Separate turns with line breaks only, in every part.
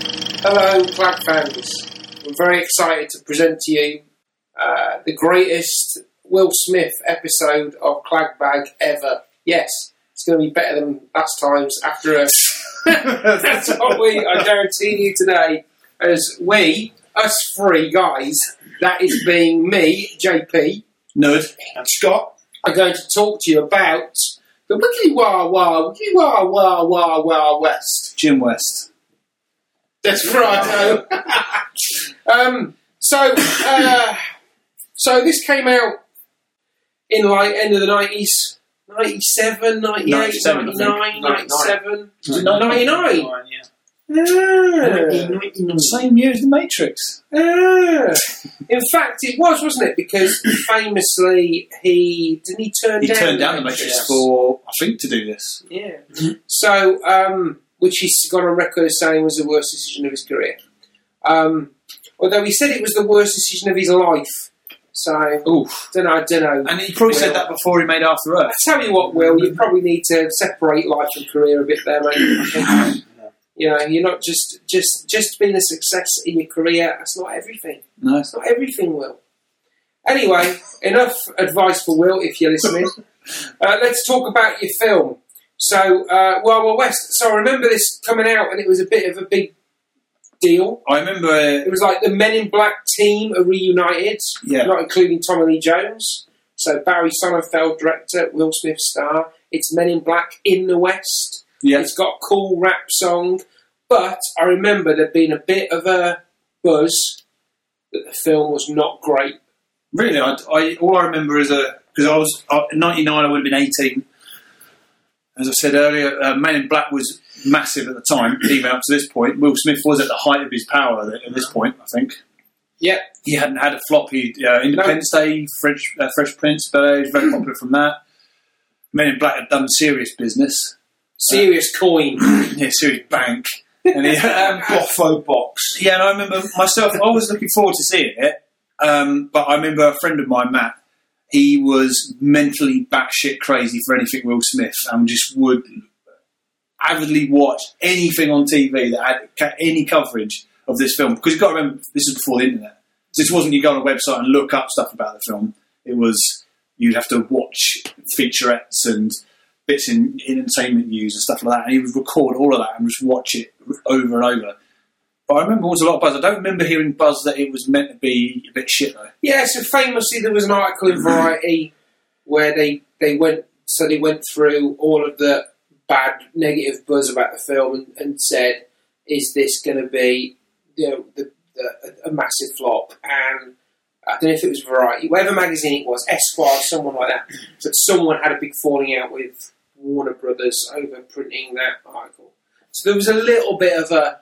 Hello, Flag fans. I'm very excited to present to you uh, the greatest Will Smith episode of Clagbag ever. Yes, it's going to be better than last time's after us. That's what we, I guarantee you today, as we, us three guys, that is being me, JP,
Nerd and Scott.
are going to talk to you about the Wiggly Wah Wah, Wiggly Wah Wah Wah Wah West.
Jim West.
Desperado. um, so, uh, so this came out in like end of the nineties, 97, 98,
97, I think.
99, 97,
Is it
99.
yeah.
Ah,
Same year as The Matrix.
ah. In fact, it was, wasn't it? Because famously, he didn't he turn
He
down
turned down The Matrix for, I think, to do this.
Yeah. So, um, which he's gone on record as saying was the worst decision of his career. Um, although he said it was the worst decision of his life. So,
Oof.
don't know, I don't know.
And he probably said that before he made After
I
Earth.
tell you what, Will, you probably need to separate life and career a bit there, mate. I think. You know, you're not just just just being a success in your career. That's not everything.
No.
That's not everything, Will. Anyway, enough advice for Will if you're listening. uh, let's talk about your film. So, uh, well, well, West. So I remember this coming out, and it was a bit of a big deal.
I remember, uh,
It was like the Men in Black team are reunited,
Yeah.
not including Tommy Lee Jones. So Barry Sonnenfeld, director, Will Smith star. It's Men in Black in the West.
yeah,
It's got a cool rap song, but I remember there being a bit of a buzz that the film was not great.
really, I, I, all I remember is a, because I was, uh, in 99, I would have been 18. As I said earlier, uh, Man in Black was massive at the time, even up to this point. Will Smith was at the height of his power at, at this point, I think.
Yeah,
he hadn't had a flop. He uh, Independence Day, Fresh, uh, Fresh Prince, but he was very popular from that. Men in Black had done serious business,
serious coin.
yeah, serious bank, and he, um,
Boffo box.
yeah. And I remember myself. I was looking forward to seeing it, um, but I remember a friend of mine, Matt. He was mentally batshit crazy for anything Will Smith, and just would avidly watch anything on TV that had ca- any coverage of this film. Because you've got to remember, this is before the internet. This wasn't you go on a website and look up stuff about the film. It was you'd have to watch featurettes and bits in, in entertainment news and stuff like that. And he would record all of that and just watch it over and over. But I remember there was a lot of buzz. I don't remember hearing buzz that it was meant to be a bit shit though.
Yeah, so famously there was an article in Variety where they they went so they went through all of the bad negative buzz about the film and, and said, is this going to be you know the, the, a massive flop? And I don't know if it was Variety, whatever magazine it was, Esquire, someone like that. But someone had a big falling out with Warner Brothers over printing that article. So there was a little bit of a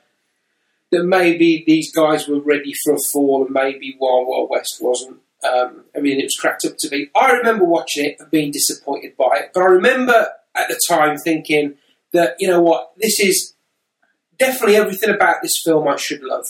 that maybe these guys were ready for a fall and maybe Wild Wild West wasn't. Um, I mean, it was cracked up to be. I remember watching it and being disappointed by it, but I remember at the time thinking that, you know what, this is definitely everything about this film I should love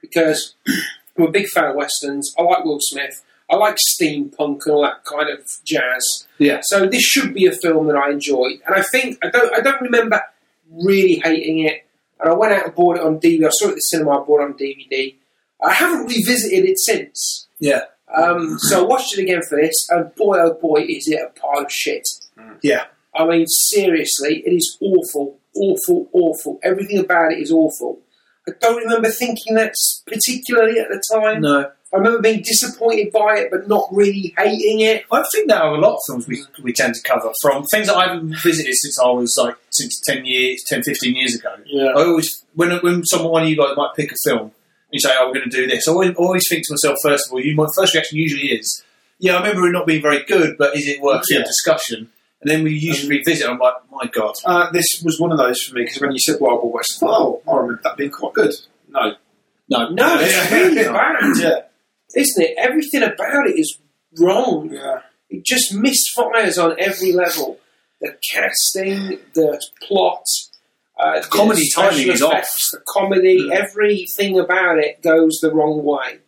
because I'm a big fan of Westerns. I like Will Smith. I like steampunk and all that kind of jazz.
Yeah.
So this should be a film that I enjoyed, and I think I don't I don't remember really hating it. And I went out and bought it on DVD. I saw it at the cinema. I bought it on DVD. I haven't revisited it since.
Yeah.
Um, so I watched it again for this, and boy oh boy, is it a pile of shit.
Mm. Yeah.
I mean, seriously, it is awful, awful, awful. Everything about it is awful. I don't remember thinking that s- particularly at the time.
No.
I remember being disappointed by it, but not really hating it.
I think there are a lot of films we, we tend to cover from things that I've visited since I was like since 10 years, 10, 15 years ago.
Yeah.
I always, when when someone one of you guys might pick a film, and you say, "Oh, we're going to do this," I always, always think to myself first of all. You, my first reaction usually is, "Yeah, I remember it not being very good, but is it worth
Yeah.
the discussion?" And then we usually revisit. I'm like, "My God,
Uh, this was one of those for me because when you said Wild Wild West, I thought, oh, I remember that being quite good. No.
no,
No, it's
Yeah.
really bad,
Yeah.
isn't it? Everything about it is wrong.
Yeah.
It just misfires on every level. The casting, the plot, uh, the
comedy
special
timing is off. Mm.
effects, The comedy, everything about it goes the wrong way.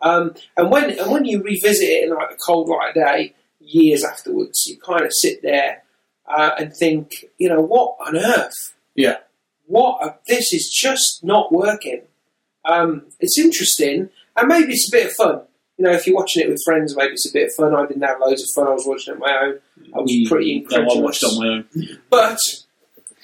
Um, and when and when you revisit it in like a cold light of day, years afterwards, you kind of sit there uh, and think, you know, what uh, on earth?
Yeah.
What? A, this is just not working. Um, it's interesting, and maybe it's a bit of fun. You know, if you're watching it with friends, maybe it's a bit of fun. I didn't have loads of fun. I was watching it on my own. I was pretty
Mm, No, I watched
incredulous.
on my own.
But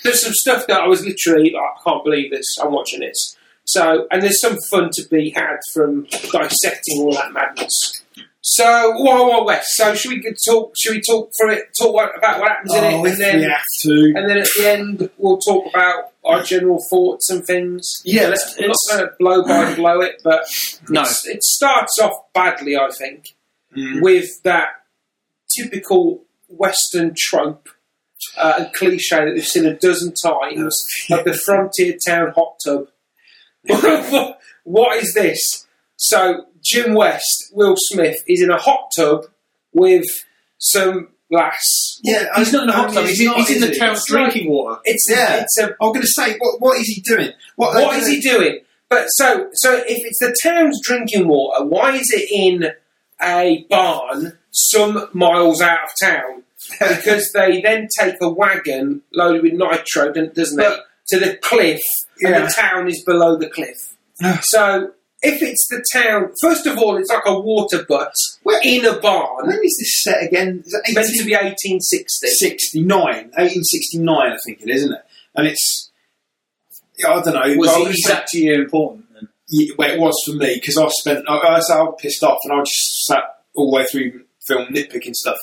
there's some stuff that I was literally like, I can't believe this. I'm watching this. So, and there's some fun to be had from dissecting all that madness. So, Wild Wild West. So, should we could talk? Should we talk for it? Talk what, about what happens in
Oh,
it,
if
and then
we have to.
and then at the end we'll talk about our general thoughts and things.
Yeah, let's.
I'm not going to blow by blow it, but
no.
it's- it starts off badly, I think,
Mm.
with that typical Western trope uh, and cliche that we've seen a dozen times of the frontier town hot tub. what is this? So Jim West, Will Smith, is in a hot tub with some lass.
Yeah,
He's not in the hot tub. He's, in- he's in the
town.
town drinking water.
It's
Yeah.
it's a
I'm going to say, what, what is he doing? What, uh,
what is he doing? But so so if it's the town's drinking water, why is it in a barn some miles out of town? Because they then take a wagon loaded with nitro, don't- doesn't they,
But-
to the cliff, and
Yeah.
the town is below the cliff.
Ugh.
so if it's the town, first of all, it's like a water butt
Where-
in a barn,
When is this set again? Is it
meant to be 1860.
1869? 1869, I think it is, isn't it? And it's. yeah, I don't know.
Was
well,
he, he's that to you important? Then?
yeah, well, it was for me because I spent. I, I, was- I was pissed off, and I just sat all the way through film nitpicking stuff.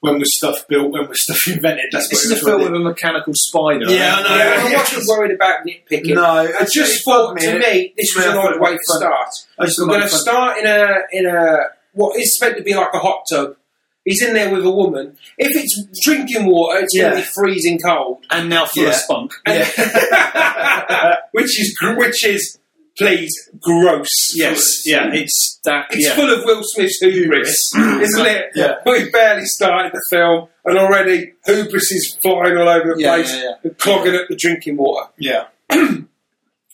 When was stuff built? When was stuff invented? That's
This is a
what it was
film
really-
with a mechanical spider.
Yeah, I know.
Yeah, I
Yeah.
wasn't worried about nitpicking.
No,
I just thought to me this was an odd way to start.
I just
We're going to
fun.
start in a in a what is meant to be like a hot tub. He's in there with a woman. If it's drinking water, it's going
Yeah.
to be freezing cold,
and now full of
Yeah.
spunk.
And-
Yeah.
which is gr- which is please gross.
Yes, yeah, it's that.
It's
yeah.
full of Will Smith's hubris, isn't it?
Yeah.
We've barely started the film, and already hubris is flying all over the
Yeah,
place,
yeah, yeah.
and clogging up the drinking water.
Yeah,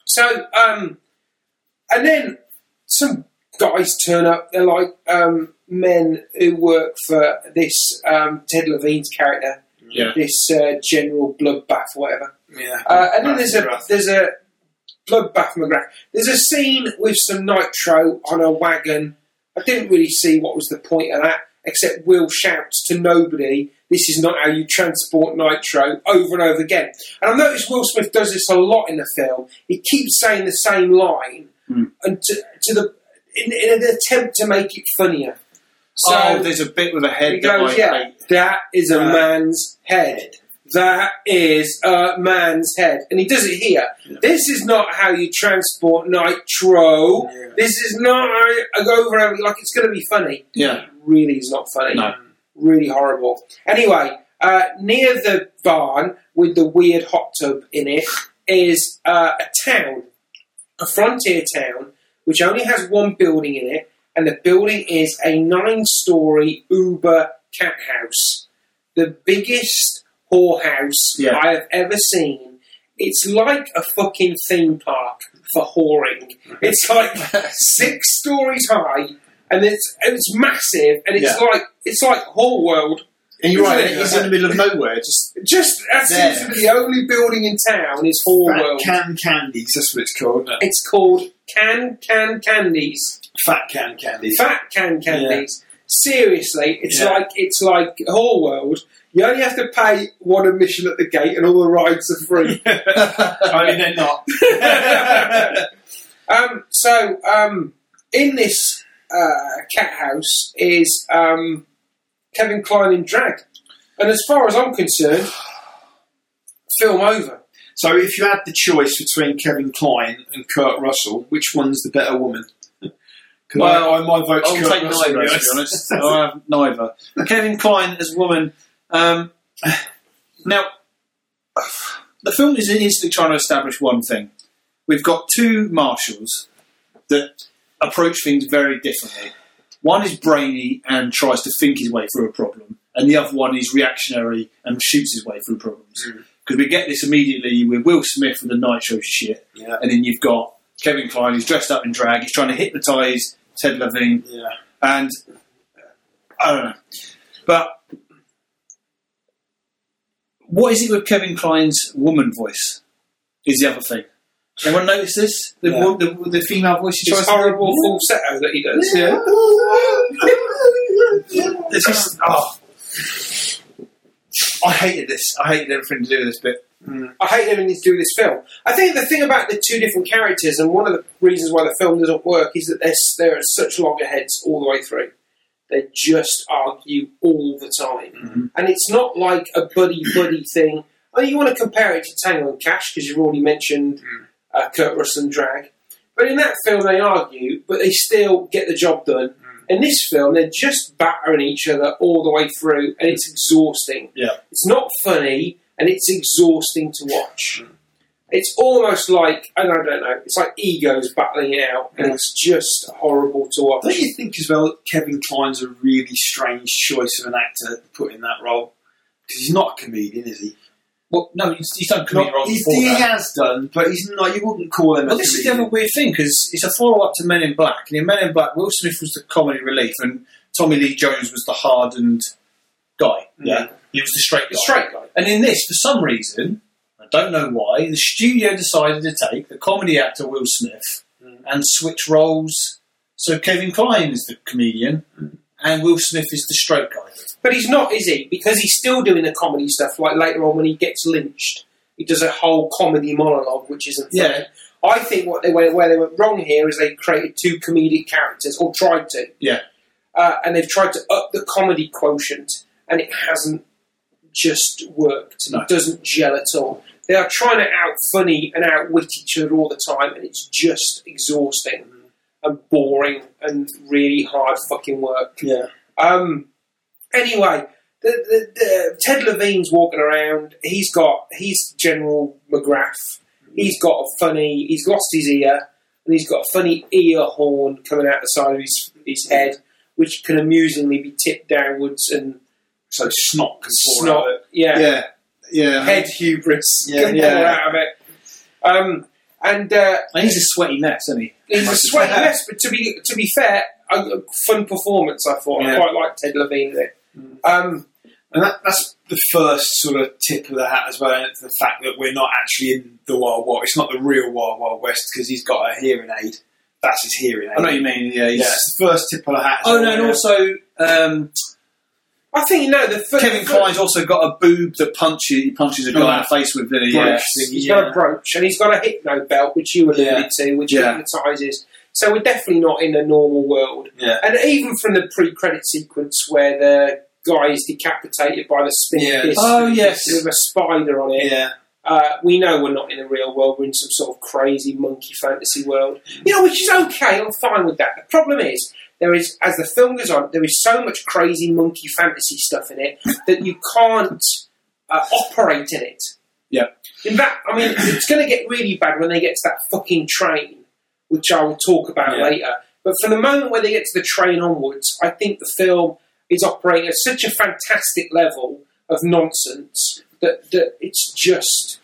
So, um, and then some guys turn up. They're like um, men who work for this um, Ted Levine's character,
Yeah.
this uh, General Bloodbath, whatever.
yeah.
Uh, and then there's a
Bloodbath.
there's a Bloodbath McGrath. There's a scene with some nitro on a wagon. I didn't really see what was the point of that, except Will shouts to nobody, "This is not how you transport nitro," over and over again. And I've noticed Will Smith does this a lot in the film. He keeps saying the same line,
Mm.
and to, to the in, in an attempt to make it funnier. So
oh, there's a bit with a head
he
that
goes,
I
"Yeah,
hate.
that is a
Uh,
man's head. That is a man's head." And he does it here.
Yeah.
This is not how you transport nitro.
Yeah.
This is not how you- I go over and like it's going to be funny.
Yeah,
Really, is not funny.
No.
Really horrible. Anyway, uh, near the barn with the weird hot tub in it is uh, a town, a frontier town, which only has one building in it, and the building is a nine-story Uber cat house, the biggest whorehouse
Yeah.
I have ever seen. It's like a fucking theme park for whoring. It's like six stories high, and it's it's massive, and it's like it's like whole world.
And you're right.
Isn't it?
It's in the middle of nowhere. Just
Just that seems
There.
to be the only building in town is whole
fat
world.
can candies. That's what it's called. Isn't it?
It's called Can Can Candies,
Fat can candies.
Fat Can Candies. Seriously, it's
Yeah.
like it's like whole world. You only have to pay one admission at the gate, and all the rides are free.
I mean, they're not.
um, so, um, in this uh, cat house is um, Kevin Klein in drag, and as far as I'm concerned, film over.
So if you had the choice between Kevin Klein and Kurt Russell, which one's the better woman? 'Cause
Well,
I, I, my vote's
I'll
Kurt
Oh, take
Russell,
neither. To be honest, Oh. I have neither. Kevin Klein as woman. Um, now, the film is instantly trying to establish one thing. We've got two marshals that approach things very differently. One is brainy and tries to think his way through a problem, and the other one is reactionary and shoots his way through problems. Because we get this immediately with Will Smith with the nitro shit,
Yeah.
and then you've got Kevin Klein who's dressed up in drag, he's trying to hypnotise Ted Levine
Yeah.
and I don't know. But what is it with Kevin Klein's woman voice? Is the other thing Anyone notice this? The,
Yeah.
wo- the, the female voice she
It's
tries to
horrible falsetto that he does.
Yeah. It's just oh. I hated this. I hated everything to do with this bit.
I hate having to do this film. I think the thing about the two different characters, and one of the reasons why the film doesn't work, is that they're, s- they're at such loggerheads all the way through. They just argue all the time. And it's not like a buddy buddy thing. I mean, you want to compare it to Tango and Cash because you've already mentioned uh, Kurt Russell and Drag. But in that film, they argue, but they still get the job done. In this film, they're just battering each other all the way through, and it's exhausting.
Yeah.
It's not funny, and it's exhausting to watch. It's almost like, and I don't know, it's like egos battling it out, and it's just horrible to watch.
Don't you think as well Kevin Kline's a really strange choice of an actor to put in that role? Because he's not a comedian, is he?
Well, no, he's, he's done
Not-
comedic roles
he's,
before
he
that.
has done, but he's not. You wouldn't call him
Well,
a
this is the
comedian.
other weird thing because it's a follow-up to Men in Black, and in Men in Black, Will Smith was the comedy relief, and Tommy Lee Jones was the hardened guy.
Yeah.
he was the straight guy.
The straight guy.
And in this, for some reason, I don't know why, the studio decided to take the comedy actor Will Smith and switch roles. So Kevin Kline is the comedian, and Will Smith is the straight guy.
But he's not, is he? Because he's still doing the comedy stuff, like later on when he gets lynched, he does a whole comedy monologue, which isn't funny.
Yeah.
I think what they went, where they went wrong here is they created two comedic characters, or tried to.
Yeah.
Uh, and they've tried to up the comedy quotient, and it hasn't just worked.
No.
It doesn't gel at all. They are trying to out funny and outwit each other all the time, and it's just exhausting
Mm-hmm.
and boring and really hard fucking work.
Yeah.
Um, anyway, the, the, the, Ted Levine's walking around. He's got he's General McGrath. He's got a funny. He's lost his ear, and he's got a funny ear horn coming out the side of his his head, which can amusingly be tipped downwards and
So snot can fall
snot.
out of it.
Yeah,
Yeah. Yeah.
head hubris
Yeah,
can
yeah.
fall out of it. Um, and uh,
And he's a sweaty mess, isn't he?
He's
Must
a
have
sweaty
been.
mess, but to be to be fair, a, a fun performance. I thought I
Yeah. Mm.
quite liked Ted Levine. in it. Um,
And that, that's the first sort of tip of the hat as well, and it's the fact that we're not actually in the Wild Wild. It's not the real Wild Wild West because he's got a hearing aid. That's his hearing aid.
I know what you mean. Yeah.
Yeah,
He's,
it's the first tip of the hat. as
Oh
well,
no, and
yeah.
also um,
I think you know the fir-
Kevin
fir-
Kline's also got a boob that punches he punches a guy in the face with. Didn't he?
Brooch
Yeah.
thing,
He's
yeah.
got a brooch and he's got a hypno belt, which you alluded
Yeah.
to, which
Yeah.
hypnotises. So we're definitely not in a normal world.
Yeah.
And even from the pre-credit sequence where the guy is decapitated by the spin
Yeah.
disc
Oh, yes.
with a spider on it,
Yeah.
uh, we know we're not in the real world. We're in some sort of crazy monkey fantasy world. You know, which is okay. I'm fine with that. The problem is, there is as the film goes on, there is so much crazy monkey fantasy stuff in it that you can't uh, operate in it.
Yeah.
In fact, I mean, it's going to get really bad when they get to that fucking train, which I will talk about
Yeah.
later. But from the moment where they get to the train onwards, I think the film is operating at such a fantastic level of nonsense that, that it's just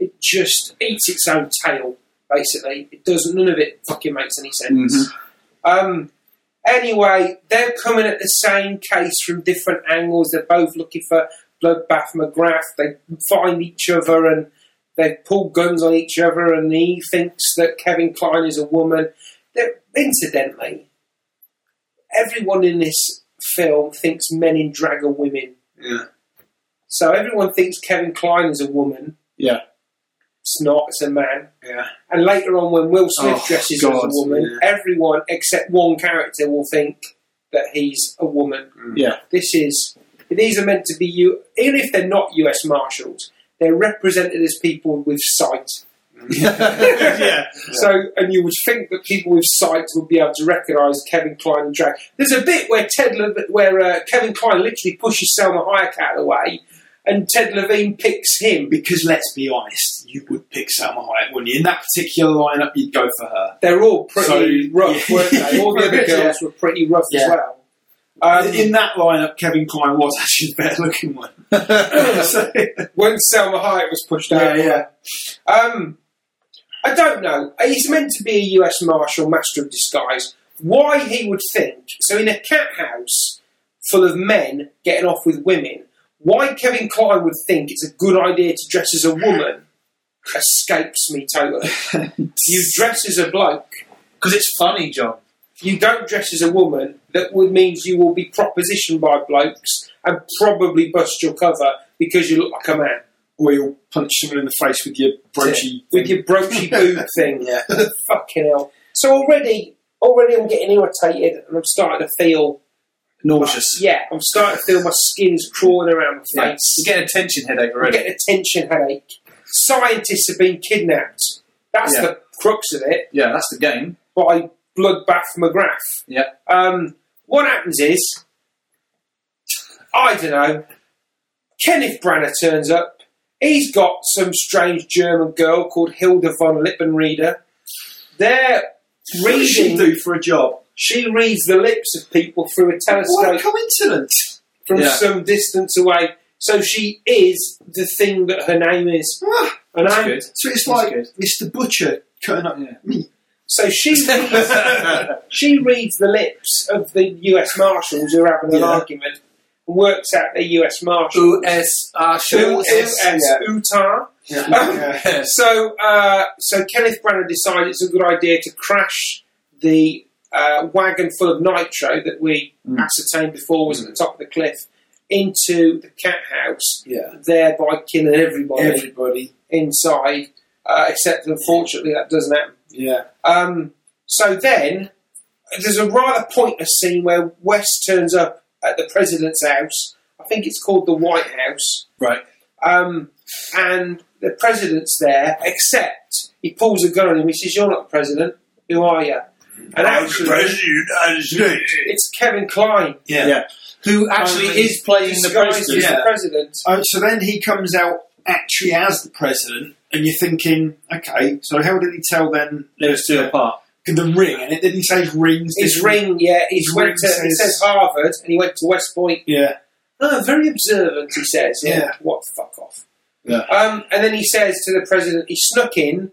it just eats its own tail. Basically, it doesn't. None of it fucking makes any sense. Um, anyway, they're coming at the same case from different angles. They're both looking for bloodbath McGrath. They find each other and they pull guns on each other. And he thinks that Kevin Klein is a woman. They're, incidentally, everyone in this film thinks men in drag are women.
Yeah.
So everyone thinks Kevin Klein is a woman.
Yeah.
It's not, it's a man.
Yeah.
And later on, when Will Smith
Oh,
dresses as a
God,
woman, everyone except one character will think that he's a woman.
Yeah.
This is, these are meant to be you, even if they're not US Marshals, they're represented as people with sight.
yeah.
So, and you would think that people with sight would be able to recognise Kevin Klein and drag. There's a bit where Ted, Le- where uh, Kevin Klein literally pushes Selma Hayek out of the way, and Ted Levine picks him.
Because let's be honest, you would pick Selma Hayek, wouldn't you? In that particular lineup, you'd go for her.
They're all pretty
So-
rough,
yeah.
weren't they? All the other
Yeah.
girls were pretty rough as
Yeah.
well. Um,
in that lineup, Kevin Klein was actually the better looking one. So-
when Selma Hayek was pushed out. Um, I don't know. He's meant to be a US Marshal, Master of Disguise. Why he would think, so in a cat house full of men getting off with women, why Kevin Klein would think it's a good idea to dress as a woman escapes me totally. you dress as a bloke,
Because it's funny, John.
you don't dress as a woman, that would means you will be propositioned by blokes and probably bust your cover because you look like a man
or you'll punch someone in the face with your broachy.
with your broachy boob thing. Fucking hell. So already, already I'm getting irritated and I'm starting to feel,
Nauseous.
yeah, I'm starting to feel my skin's crawling around my
Yeah.
face.
You get a tension headache
I
already.
get a tension headache. Scientists have been kidnapped. That's
Yeah.
the crux of it.
Yeah, that's the game.
By Bloodbath McGrath.
Yeah.
Um, what happens is, I don't know. Kenneth Branagh turns up. He's got some strange German girl called Hilda von Lippenrieder. They're
What does she
reading.
do for a job?
She reads the lips of people through a
What a
telescope
coincidence!
from
Yeah.
some distance away. So she is the thing that her name is,
Ah,
and
That's
I'm
good.
so it's
That's
like
good.
Mr. Butcher cutting up
Yeah.
meat.
So she reads, she reads the lips of the U.S. Marshals who are having an
Yeah.
argument and works out they're U.S. Marshals.
U.S. are
Who is
Yeah.
Utah?
Yeah.
So, uh, so Kenneth Branagh decided it's a good idea to crash the uh, wagon full of nitro that we
Mm.
ascertained before was at the top of the cliff into the cat house,
yeah.
thereby killing everybody
Everybody.
inside. Uh, except, unfortunately, that doesn't happen.
Yeah.
Um, so then, there's a rather pointless scene where West turns up at the president's house. I think it's called the White House.
Right.
Um, and the president's there, except he pulls a gun on him. He says, You're not the president. Who are you? And actually,
United States.
it's Kevin Klein.
Yeah.
Yeah. Who actually
Um,
is playing the
Disguised as
president.
yeah.
the president.
Oh, so then he comes out actually as the president, and you're thinking, okay, so how did he tell then
Those two apart.
the ring? And it didn't say rings.
His
did it?
ring, yeah, he's
his
went
ring
to, it
says-
says Harvard, and he went to West Point.
Yeah.
Oh, very observant, he says. Yeah.
Yeah.
What the fuck off.
Yeah.
Um, and then he says to the president, he snuck in.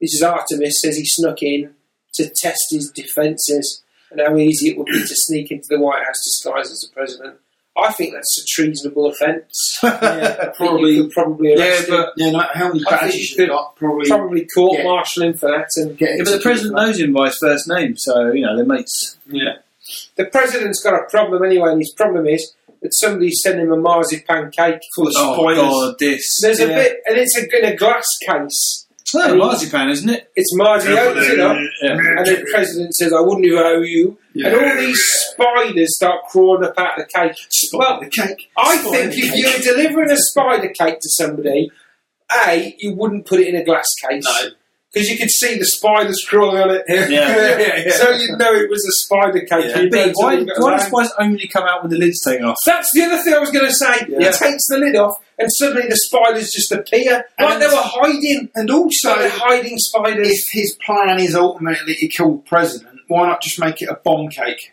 This is Artemis, says he snuck in to test his defences and how easy it would be to sneak into the White House disguised as the president. I think that's a treasonable offence.
Yeah,
I think you
probably.
could probably
Yeah,
arrest him.
but,
Yeah, no matter how many
I think
badges
you
you've
could
got, probably.
Probably court
Yeah.
martial him for that. And
get
yeah, but the
into-
president knows him by his first name, so, you know, they're mates.
Yeah.
the president's got a problem anyway, and his problem is that somebody's sending him a marzipan cake full of
Oh,
spoilers.
God, this.
There's a
Yeah.
bit, and it's a, in a glass case.
No, marzipan, isn't it?
It's Marty opens it up,
Yeah.
and the president says, I wouldn't even owe you.
Yeah.
And all these spiders start crawling up out of the cake.
Well, the cake.
I
Spider
think if
cake.
you were delivering a spider cake to somebody, A, you wouldn't put it in a glass case.
No.
Because you could see the spiders crawling on it.
Yeah.
Yeah, yeah.
So you'd know it was a spider cake.
Yeah.
You'd know
Big,
it's
why,
all got
why
around.
does spice only come out when the lid's taken off?
That's the other thing I was going to say.
Yeah.
It takes the lid off, and suddenly the spiders just appear. like
And-
they were hiding.
And also,
So they're hiding spiders.
if his plan is ultimately to kill the president, why not just make it a bomb cake?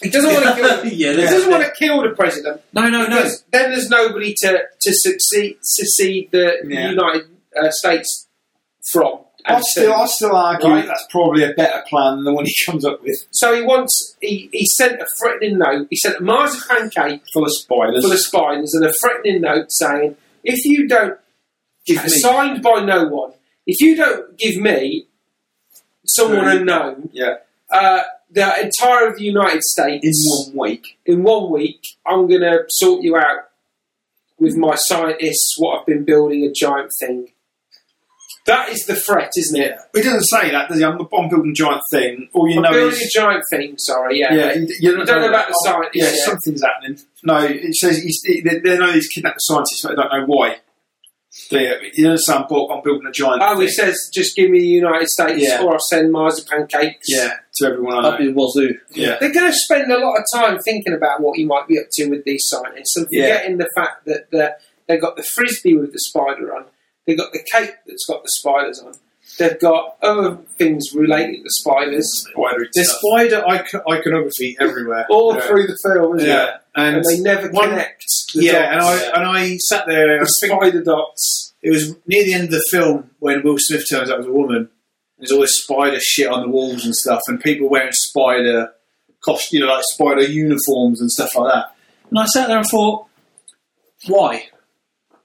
He doesn't want to kill.
Yeah,
He
there's-
doesn't want to kill the president.
No, no, no.
Because Then there's nobody to, to succeed, secede the
Yeah.
United uh, States from.
I
And
still,
so,
I still argue
Right.
that's probably a better plan than the one he comes up with
so he wants. He, he sent a threatening note. He sent a marzipan cake
full of spoilers.
for the spiders and a threatening note saying, "If you don't
Give me-
signed by no one, if you don't give me someone
Who?
unknown,
yeah,
uh, the entire of the United States
in one week.
in one week, I'm going to sort you out with my scientists, what I've been building a giant thing. That is the threat, isn't it?
He doesn't say that, does he? I'm the bomb building giant thing. All you
I'm
know
building a
is
giant thing, sorry, yeah.
yeah. You, you
I don't know about the
oh,
scientists.
Yeah,
yet.
something's happening. No, it says he's, he, they, they know he's kidnapped the scientists, but they don't know why. Yeah, you understand? But I'm building a giant.
Oh, he
thing.
says, just give me the United States
Yeah.
or I'll send marzipan cakes.
yeah to everyone. I know.
That'd be wazoo.
yeah,
They're going to spend a lot of time thinking about what you might be up to with these scientists and
Yeah.
forgetting the fact that the, they've got the frisbee with the spider on, they've got the cake that's got the spiders on, they've got other things related to spiders
Spidery
There's
stuff.
spider ico- iconography everywhere.
all
Yeah.
through the film, isn't it?
yeah, and,
And they never
one-
connect. The dots.
yeah, and I uh, and I sat there. I
the
think
spider dots.
it was near the end of the film when Will Smith turns up as a woman. There's all this spider shit on the walls and stuff, and people wearing spider cost you know like spider uniforms and stuff like that. And I sat there and thought, why? Wh-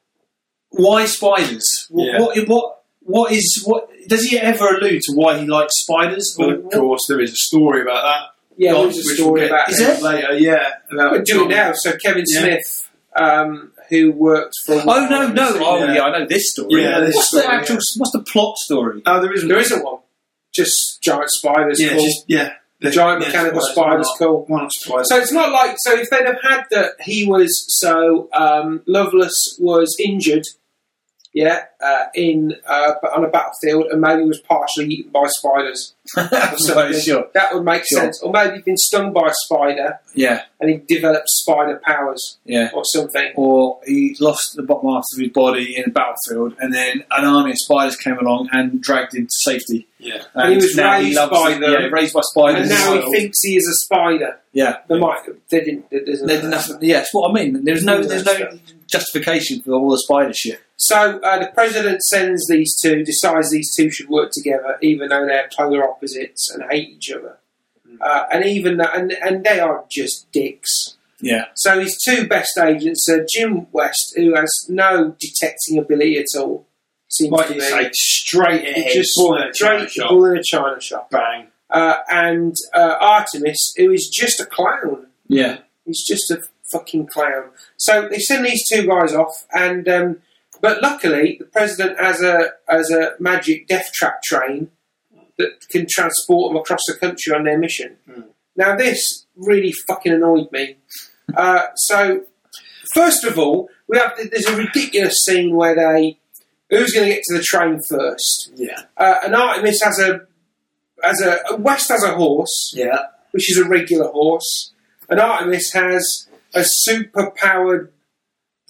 why spiders? What,
Yeah.
what, what, what is what? Does he ever allude to why he likes spiders?
Well,
Or
of
what-
course, there is a story about that.
Yeah,
God,
there's a
which
story
we'll get
about
Is
him.
there?
later. Yeah, about
We'll do it now. So Kevin
Yeah.
Smith, um, who worked for.
Oh no, no! Oh
Yeah.
yeah, I know this story.
Yeah, this
what's the
story,
actual? What's the plot story?
Oh, there isn't.
There isn't one. Just giant spiders.
Yeah,
cool.
just, yeah.
the giant mechanical spiders. Cool.
One not spiders.
So it's not like so if they'd have had that he was so um, Lovelace was injured, yeah, uh, in uh, on a battlefield, and maybe was partially eaten by spiders. or
so,
something.
sure.
That would make
Sure.
sense. Or maybe he'd been stung by a spider
Yeah,
and he developed spider powers
yeah.
or something.
Or he lost the bottom half of his body in a battlefield, and then an army of spiders came along and dragged him to safety.
yeah.
And he was raised by
it.
them.
Yeah, raised by spiders.
And now
So,
he thinks he is a spider.
yeah.
They might. They didn't. They didn't.
They did nothing. Yeah, that's what I mean. There's no, there's no justification for all the spider shit.
So uh, the president sends these two, decides these two should work together, even though they're polar opposites and hate each other.
Hmm.
Uh, and even that, and, and they are just dicks.
Yeah.
So his two best agents are Jim West, who has no detecting ability at all. Seems
Like
to
you
be
say, straight ahead.
just
bullet in a
straight
shot.
ball in a china shop,
Bang.
uh, and uh, Artemis, who is just a clown.
Yeah.
He's just a fucking clown. So they send these two guys off, and um, but luckily the president has a has a magic death trap train that can transport them across the country on their mission.
Mm.
Now this really fucking annoyed me. uh, so first of all, we have there's a ridiculous scene where they who's going to get to the train first,
Yeah.
uh, and Artemis has a has a West has a horse
Yeah.
which is a regular horse. And Artemis has a super powered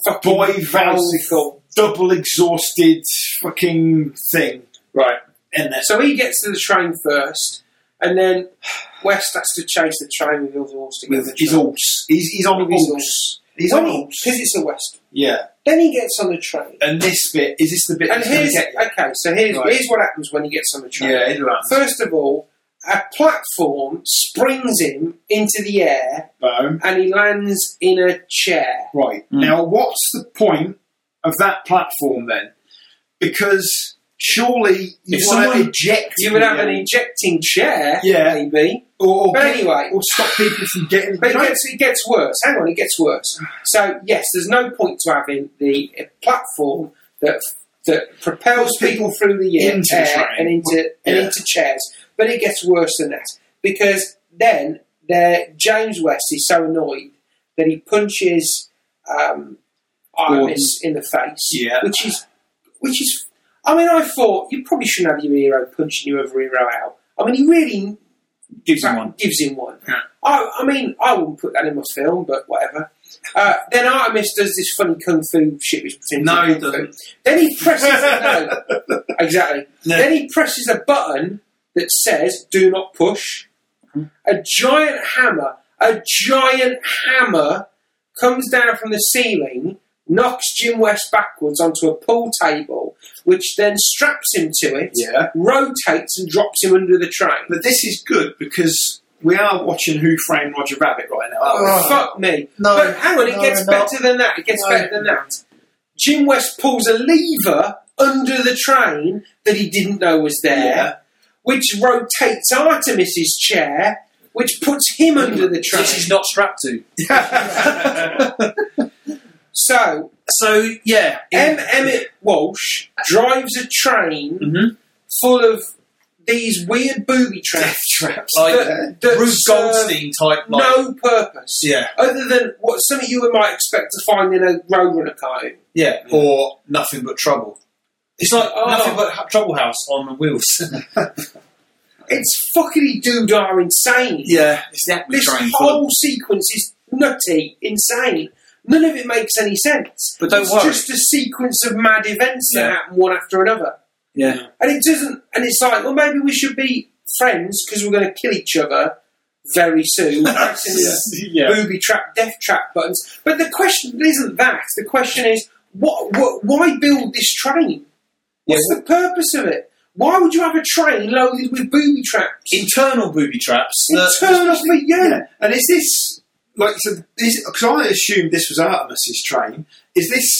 fucking
Boy valve.
bicycle.
Double exhausted fucking thing.
Right.
And that's
So he gets to the train first, and then West has to chase the train with his horse to get
with
the
his
train.
horse. He's, he's on
With his
horse. He's on
When he-
horse.
'cause it's the West.
Yeah.
Then he gets on the train.
And this bit is this the bit?
And
that's gonna
here's
get you?
okay. So here's
Right.
here's what happens when he gets on the train.
yeah, it'll happen.
First of all, a platform springs him into the air,
Boom.
and he lands in a chair.
Right
Mm.
now, what's the point of that platform then? Because surely you
If
want to
someone-
eject
You would have
people,
an ejecting chair,
Yeah.
maybe.
or, or,
But
get-
anyway,
or stop people from getting.
But it gets, it gets worse. Hang on, it gets worse. So yes, there's no point to having the uh, platform that that propels
Puts
people
people
through the air,
into the
air
train.
and into and
Yeah.
into chairs. But it gets worse than that because then there James West is so annoyed that he punches um, Iris in the face,
Yeah.
which is which is. I mean, I thought you probably shouldn't have your hero punching your other hero out. I mean, he really
Gives him
Right,
one.
Gives him one.
Yeah.
I, I mean, I wouldn't put that in my film, but whatever. Uh, then Artemis does this funny kung fu shit. Which pretends
No,
it's
he
kung fu.
doesn't.
Then he presses no, exactly.
No.
Then he presses a button that says "Do not push."
Mm-hmm.
A giant hammer, a giant hammer, comes down from the ceiling, knocks Jim West backwards onto a pool table, which then straps him to it,
Yeah.
rotates, and drops him under the train.
But this is good because we are watching Who Framed Roger Rabbit right now.
Oh,
aren't we?
fuck me.
No,
but hang on, it
no,
gets
no.
better than that. It gets
No.
better than that. Jim West pulls a lever under the train that he didn't know was there,
Yeah.
which rotates Artemis's chair, which puts him under the train.
Which he's not strapped to.
so,
So yeah,
M. Emmett Walsh drives a train
Mhm.
full of these weird booby traps.
Traps.
Like,
that, that
Bruce
serve
Goldstein type. Like,
No purpose.
Yeah,
Other than what some of you might expect to find in a Roadrunner cartoon.
yeah, or nothing but trouble. It's like
Oh.
nothing but Ha- Trouble House on wheels.
It's fucking doodah insane.
yeah, it's the Acme
this
train. full of-
whole sequence is nutty, insane. None of it makes any sense.
But don't
it's
worry.
just a sequence of mad events that
Yeah.
happen one after another.
yeah,
And it doesn't, and it's like, well, maybe we should be friends because we're going to kill each other very soon. pressing these
yeah.
Booby trap, death trap buttons. But the question isn't that. The question is, what, what, why build this train? What's the purpose of it? Why would you have a train loaded with booby traps?
Internal booby traps. that-
Internal for you.
Yeah. And is this like? So, because I assumed this was Artemis's train. Is this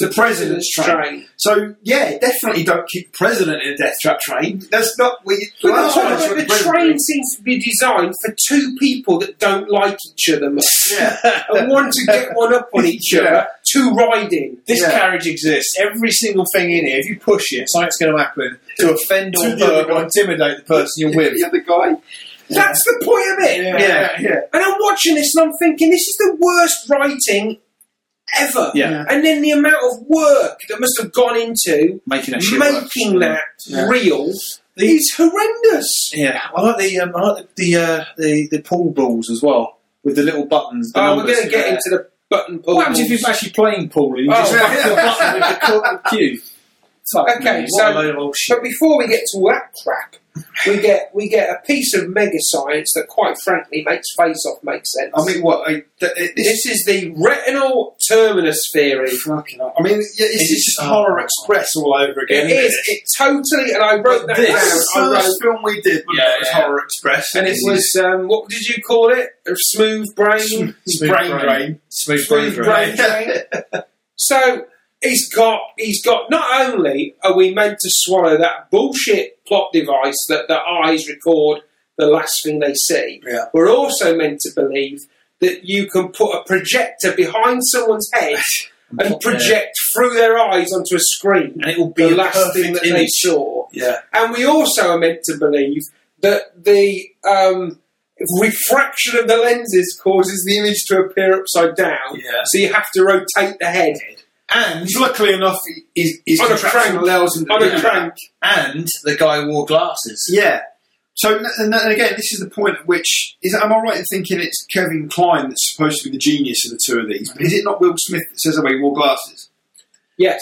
the president's train. So yeah, definitely don't keep the president in a death trap train. That's not what you.
But
well,
that's
that's
why
what
the,
president
train
does.
seems to be designed for two people that don't like each other much
Yeah.
and want to get one up on each other.
Yeah.
Two riding.
This
Yeah.
carriage exists. Every single thing in here, if you push it, something's going to happen to offend or
To the other
hurt or
guy.
intimidate the person you're with.
the other guy.
That's the point of it.
Yeah, yeah.
And I'm watching this and I'm thinking, this is the worst writing ever.
Yeah.
And then the amount of work that must have gone into
making that shit work.
making that
Yeah.
real is horrendous.
Yeah, I like the um, I like the the, uh, the the pool balls as well with the little buttons. The
Oh, we're
numbers.
going to get
Yeah.
into the button pull.
What happens if you're actually playing pool and you
Oh,
just
yeah.
whack the button with the cor- the cue? Fuck
Okay,
me,
so-
what a load of old shit.
But before we get to all that crap, we get we get a piece of mega science that, quite frankly, makes face off make sense.
I mean, what? I, th- it, this
this is the retinal terminus theory.
fucking. I mean, yeah, it's,
It's-
it's just
oh.
Horror Express all over again.
It
isn't
is. It totally, and I wrote that
this
down. I
first
wrote,
film we did was,
Yeah,
was
yeah.
Horror Express,
and it was um, what did you call it? A smooth brain.
Smooth
brain
brain.
drain.
Smooth brain
Smooth
drain.
brain drain. So he's got he's got. Not only are we meant to swallow that bullshit plot device that the eyes record the last thing they see,
Yeah.
we're also meant to believe that you can put a projector behind someone's head and project through their eyes onto a screen
and it will be
the
a
last
perfect
thing that they
image.
saw.
Yeah,
And we also are meant to believe that the um, refraction of the lenses causes the image to appear upside down.
Yeah.
So you have to rotate the head
and luckily enough, he's, he's
On a
contraption
crank.
allows him to
on
do
a
that.
crank.
And the guy wore glasses.
Yeah. So and, and and again, this is the point at which is. Am I right in thinking it's Kevin Klein that's supposed to be the genius of the two of these? But is it not Will Smith that says, "Oh, he wore glasses"?
Yes.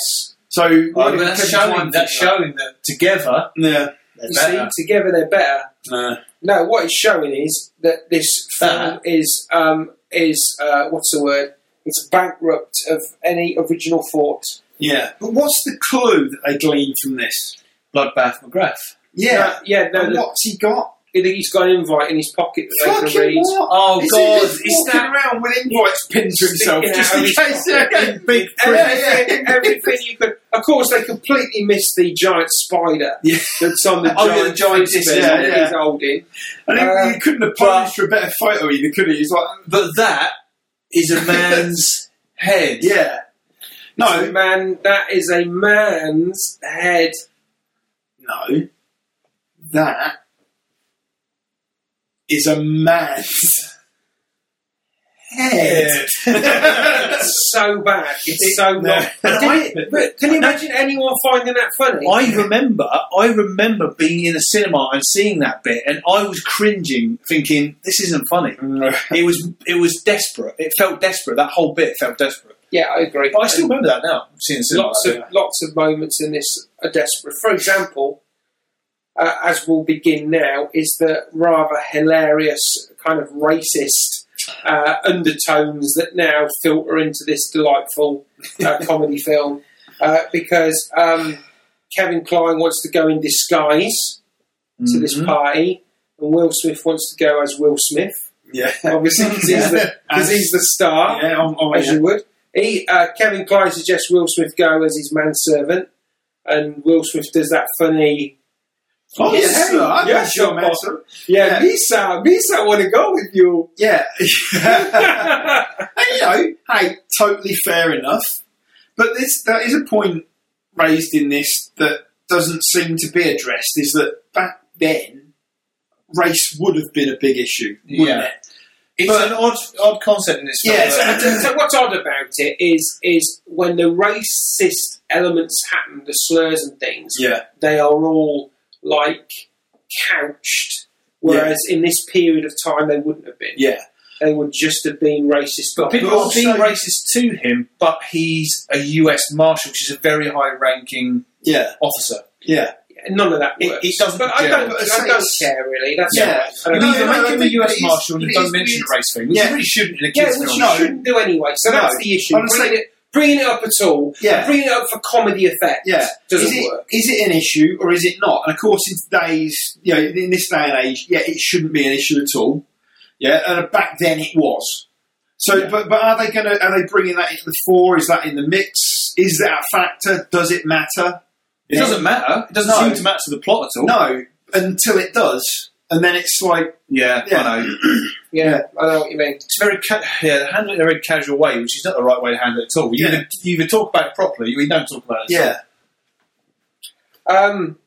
So
Well,
why did
Oh, that's
Kevin
showing,
Kline
that's
think
showing that together
that? Yeah.
they're
You
better.
see, together they're better. No, what it's showing is that this film
Better.
is um, is uh, what's the word? It's bankrupt of any original thought.
yeah. But what's the clue that they glean from this?
Bloodbath McGrath.
Yeah.
No, yeah. No,
and
look,
what's he got?
I think he's got an invite in his pocket that they can
Fucking
read.
what?
Oh,
Is he
God.
just
Is
walking
that.
around with invites pinned to himself
Sticking
just
out
in
of his
case?
pocket.
big
everything, everything you could. Of course, they completely missed the giant spider
Yeah.
that's on the
Oh, yeah,
giant,
the giant
frisbee
disc, yeah,
that
yeah.
he's holding.
And he,
Uh,
he couldn't have posed for a better photo either, could he? He's like,
But that is a man's head.
yeah.
No,
No,
man, that is a man's head.
no. That is a man's head.
It's so bad. It's so
No.
not.
And
Can
I-
you- but can you imagine anyone finding that funny?
I remember, I remember being in a cinema and seeing that bit, and I was cringing, thinking, "This isn't funny."
Mm.
It was, it was desperate. It felt desperate. That whole bit felt desperate.
yeah, I agree.
But I still remember that now. Seeing the
And
cinema,
lots of lots of moments in this are desperate. For example, uh, as we'll begin now, is the rather hilarious kind of racist uh, undertones that now filter into this delightful uh, comedy film uh, because um, Kevin Kline wants to go in disguise to this
Mhm.
party, and Will Smith wants to go as Will Smith,
Yeah.
obviously
Mm.
because he's, the- 'cause he's the star
Yeah, I'm, I'm,
as you would. He, uh, Kevin Klein suggests Will Smith go as his manservant, and Will Smith does that funny.
Oh,
Yes,
yes, sir. I'm
yes,
your
sir.
man,
Yeah,
Yeah.
Misa, Misa, want to go with you.
Yeah. And, you know, hey, totally fair enough. But this, that is a point raised in this that doesn't seem to be addressed is that back then, race would have been a big issue, wouldn't
Yeah.
it?
it's
But-
an odd, odd concept in this film.
Yeah,
but-
so, so what's odd about it is is when the racist elements happen, the slurs and things,
Yeah.
they are all like couched. Whereas in this period of time, they wouldn't have been.
Yeah.
They would just have been racist.
But people
But
are being
also-
racist to him, but he's a US Marshal, which is a very high ranking
Yeah.
officer.
Yeah.
none of that
It-
works.
it doesn't-
But I
yeah.
don't,
But
I
it's-
don't care really. That's
Yeah.
all right. I don't
No,
you
care.
no, I
make him a
think
US
it is-
Marshal and you
it
don't
is-
mention
it
the race thing, which
yeah.
you really shouldn't in a
Yeah,
kids'
which
film.
you
No.
shouldn't do anyway. So
No.
that's the issue.
I'm
Bringing
saying-
it, bringing it up at all,
Yeah.
bringing it up for comedy effect,
Yeah.
doesn't
is it,
work.
is it an issue or is it not? And of course, in today's, you know, in this day and age, yeah, it shouldn't be an issue at all. Yeah, and back then it was. So, but but are they going to? Are they bringing that into the fore? Is that in the mix? Is that a factor? Does it matter?
It doesn't matter. It doesn't
No.
seem to matter to the plot at all.
No, until it does, and then it's like,
Yeah,
Yeah.
I know.
Yeah, I know what you mean.
It's very ca- yeah, they handle it in a very casual way, which is not the right way to handle it at all. You,
Yeah.
either, you either talk about it properly, or you don't talk about it. At all.
yeah,
Um,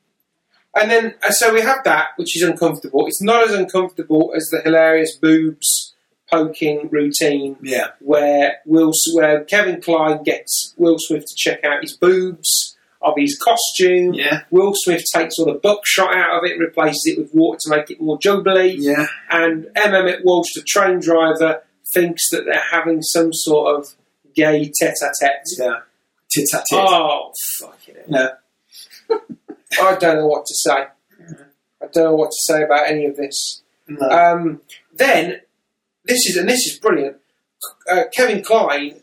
and then, uh, so we have that, which is uncomfortable. It's not as uncomfortable as the hilarious boobs poking routine
yeah,
where Will, where Kevin Klein gets Will Smith to check out his boobs of his costume.
yeah,
Will Smith takes all the buckshot out of it, replaces it with water to make it more jubbly,
yeah.
and M. Emmett Walsh, the train driver, thinks that they're having some sort of gay tete-a-tete.
Tit tat tit.
Oh, fucking it.
Yeah.
I don't know what to say. I don't know what to say about any of this.
No.
Um, then, this is, and this is brilliant, uh, Kevin Klein,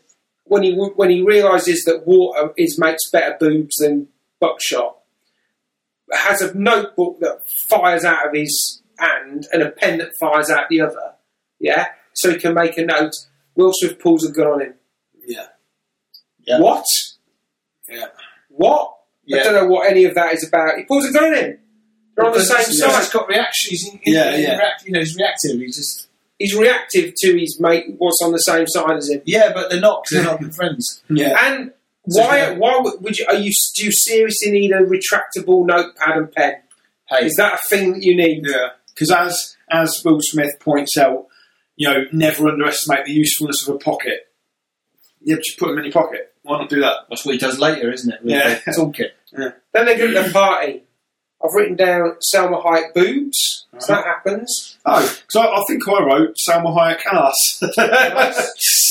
when he, when he realises that water is makes better boobs than buckshot, has a notebook that fires out of his hand and a pen that fires out the other. Yeah? So he can make a note. Will Smith pulls a gun on him.
Yeah.
Yeah.
What?
Yeah.
What? I
Yeah.
don't know what any of that is about. He pulls a gun in. They're on the same
Because, you know,
side.
He's got reactions. He's, he's,
Yeah,
he's
yeah.
react- you know, he's reactive. He's just
He's reactive to his mate, what's on the same side as him.
yeah, but they're not. 'cause they're not good friends.
yeah.
And
So
why?
you
Why would would you? Are you? Do you seriously need a retractable notepad and pen?
Hey,
Is that a thing that you need?
Yeah, because as as Will Smith points out, you know, never underestimate the usefulness of a pocket. Yeah, just put them in your pocket. Why not do that?
that's what he does later, isn't it? With
Yeah.
the toolkit.
Then they go to the party. I've written down Selma Hayek boobs. So
Uh-huh.
that happens.
Oh, so I, I think I wrote Salma Hayek ass.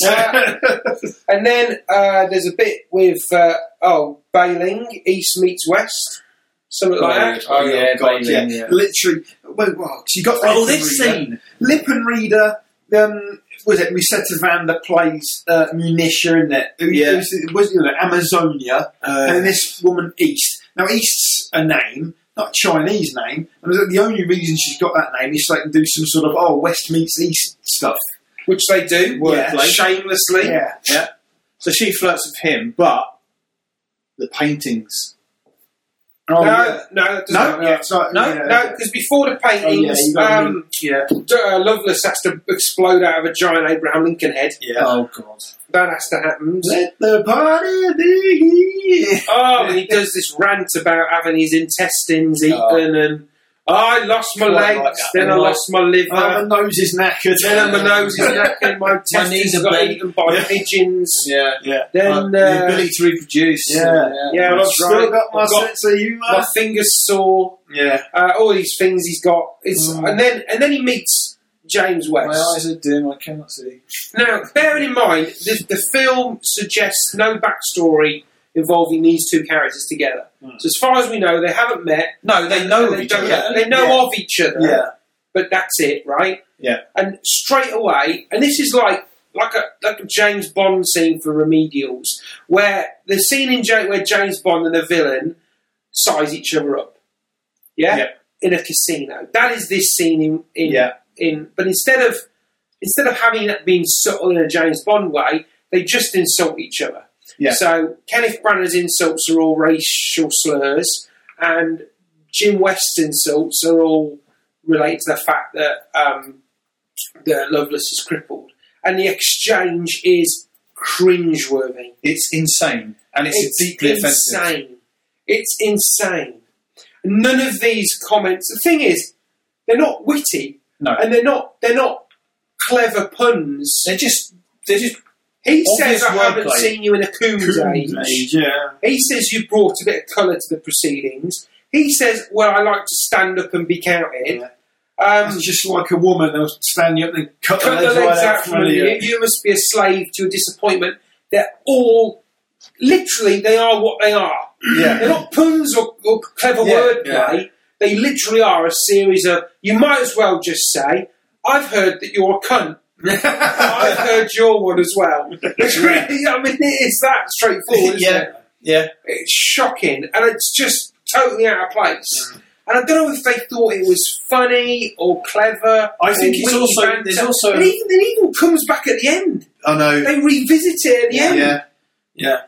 And then uh, there's a bit with uh, oh Bailing East meets West, something like that.
Oh, yeah, Bailey, yeah.
literally. Well, well, 'cause you got
Oh,
Lip
this
and Reader.
scene.
Lip and Reader. Um, was it Musetta Van that plays uh, Munitia in it? Who,
Yeah.
who's- was it you know, Amazonia?
Uh,
and this woman East. Now East's a name, not a Chinese name, and the only reason she's got that name is so they can do some sort of oh West meets East stuff.
Which they do.
Wordplay.
Shamelessly.
Yeah,
so she flirts with him, but the paintings.
oh, yeah.
no, no, that doesn't
no,
happen.
yeah, so,
No,
yeah.
no, because before the
Oh, yeah,
paintings,
you got me.
um,
yeah,
D- uh, Lovelace has to explode out of a giant Abraham Lincoln head.
yeah.
Oh God.
That has to happen.
Let the party begin.
Oh, and he does this rant about having his intestines eaten
Oh.
and oh, I lost my
Quite
legs,
like that.
then I
Like-
lost my liver,
Oh, my nose is knackered.
then my nose is knackered, my
knees
intestines
are
got
bent.
eaten by
Yeah.
pigeons.
Yeah.
Yeah,
Then
Uh,
uh,
the ability to reproduce.
Yeah.
Yeah,
I've
that's
still
right.
got my
I've got-
sense of humour.
my fingers sore.
Yeah,
Uh, all these things he's got. It's,
Mm.
And then and then he meets James West.
My eyes are dim. I cannot see.
Now, bearing in mind, the, the film suggests no backstory involving these two characters together.
Mm.
So, as far as we know, they haven't met.
No, they know of
they
each
don't-
other.
They know
Yeah.
of each other,
yeah,
but that's it, right?
Yeah.
And straight away, and this is like like a like a James Bond scene for Remedials, where the scene in Ja- where James Bond and the villain size each other up, yeah,
Yeah.
in a casino. That is this scene in in
Yeah.
in but instead of instead of having that being subtle in a James Bond way, they just insult each other.
Yeah.
So Kenneth Branagh's insults are all racial slurs, and Jim West's insults are all related to the fact that um, that Lovelace is crippled, and the exchange is cringeworthy.
It's insane, and it's, deeply
insane.
offensive.
It's insane. None of these comments. The thing is, they're not witty,
No,
and they're not they're not clever puns.
they're just they're just
He
Obvious
says, "I haven't
wordplay.
seen you in a coon's
Coon's
age."
age, yeah,
He says, "You brought a bit of colour to the proceedings." He says, "Well, I like to stand up and be counted."
Yeah.
Um,
That's just like a woman. They'll stand you up and cut,
cut
the
the legs
right
out from under you. You must be a slave to your disappointment. They're all literally they are what they are. They're not puns or, or clever
Yeah,
wordplay. They literally are a series of. You might as well just say, "I've heard that you're a cunt." I've heard your one as well. It's really, I mean, it's that straightforward. Isn't
Yeah.
It?
yeah.
It's shocking, and it's just totally out of place. And I don't know if they thought it was funny or clever.
I think
or
it's
witty
also-
banter.
there's also-
it even, it even comes back at the end.
I know.
They revisit it at the end.
Yeah,
Yeah,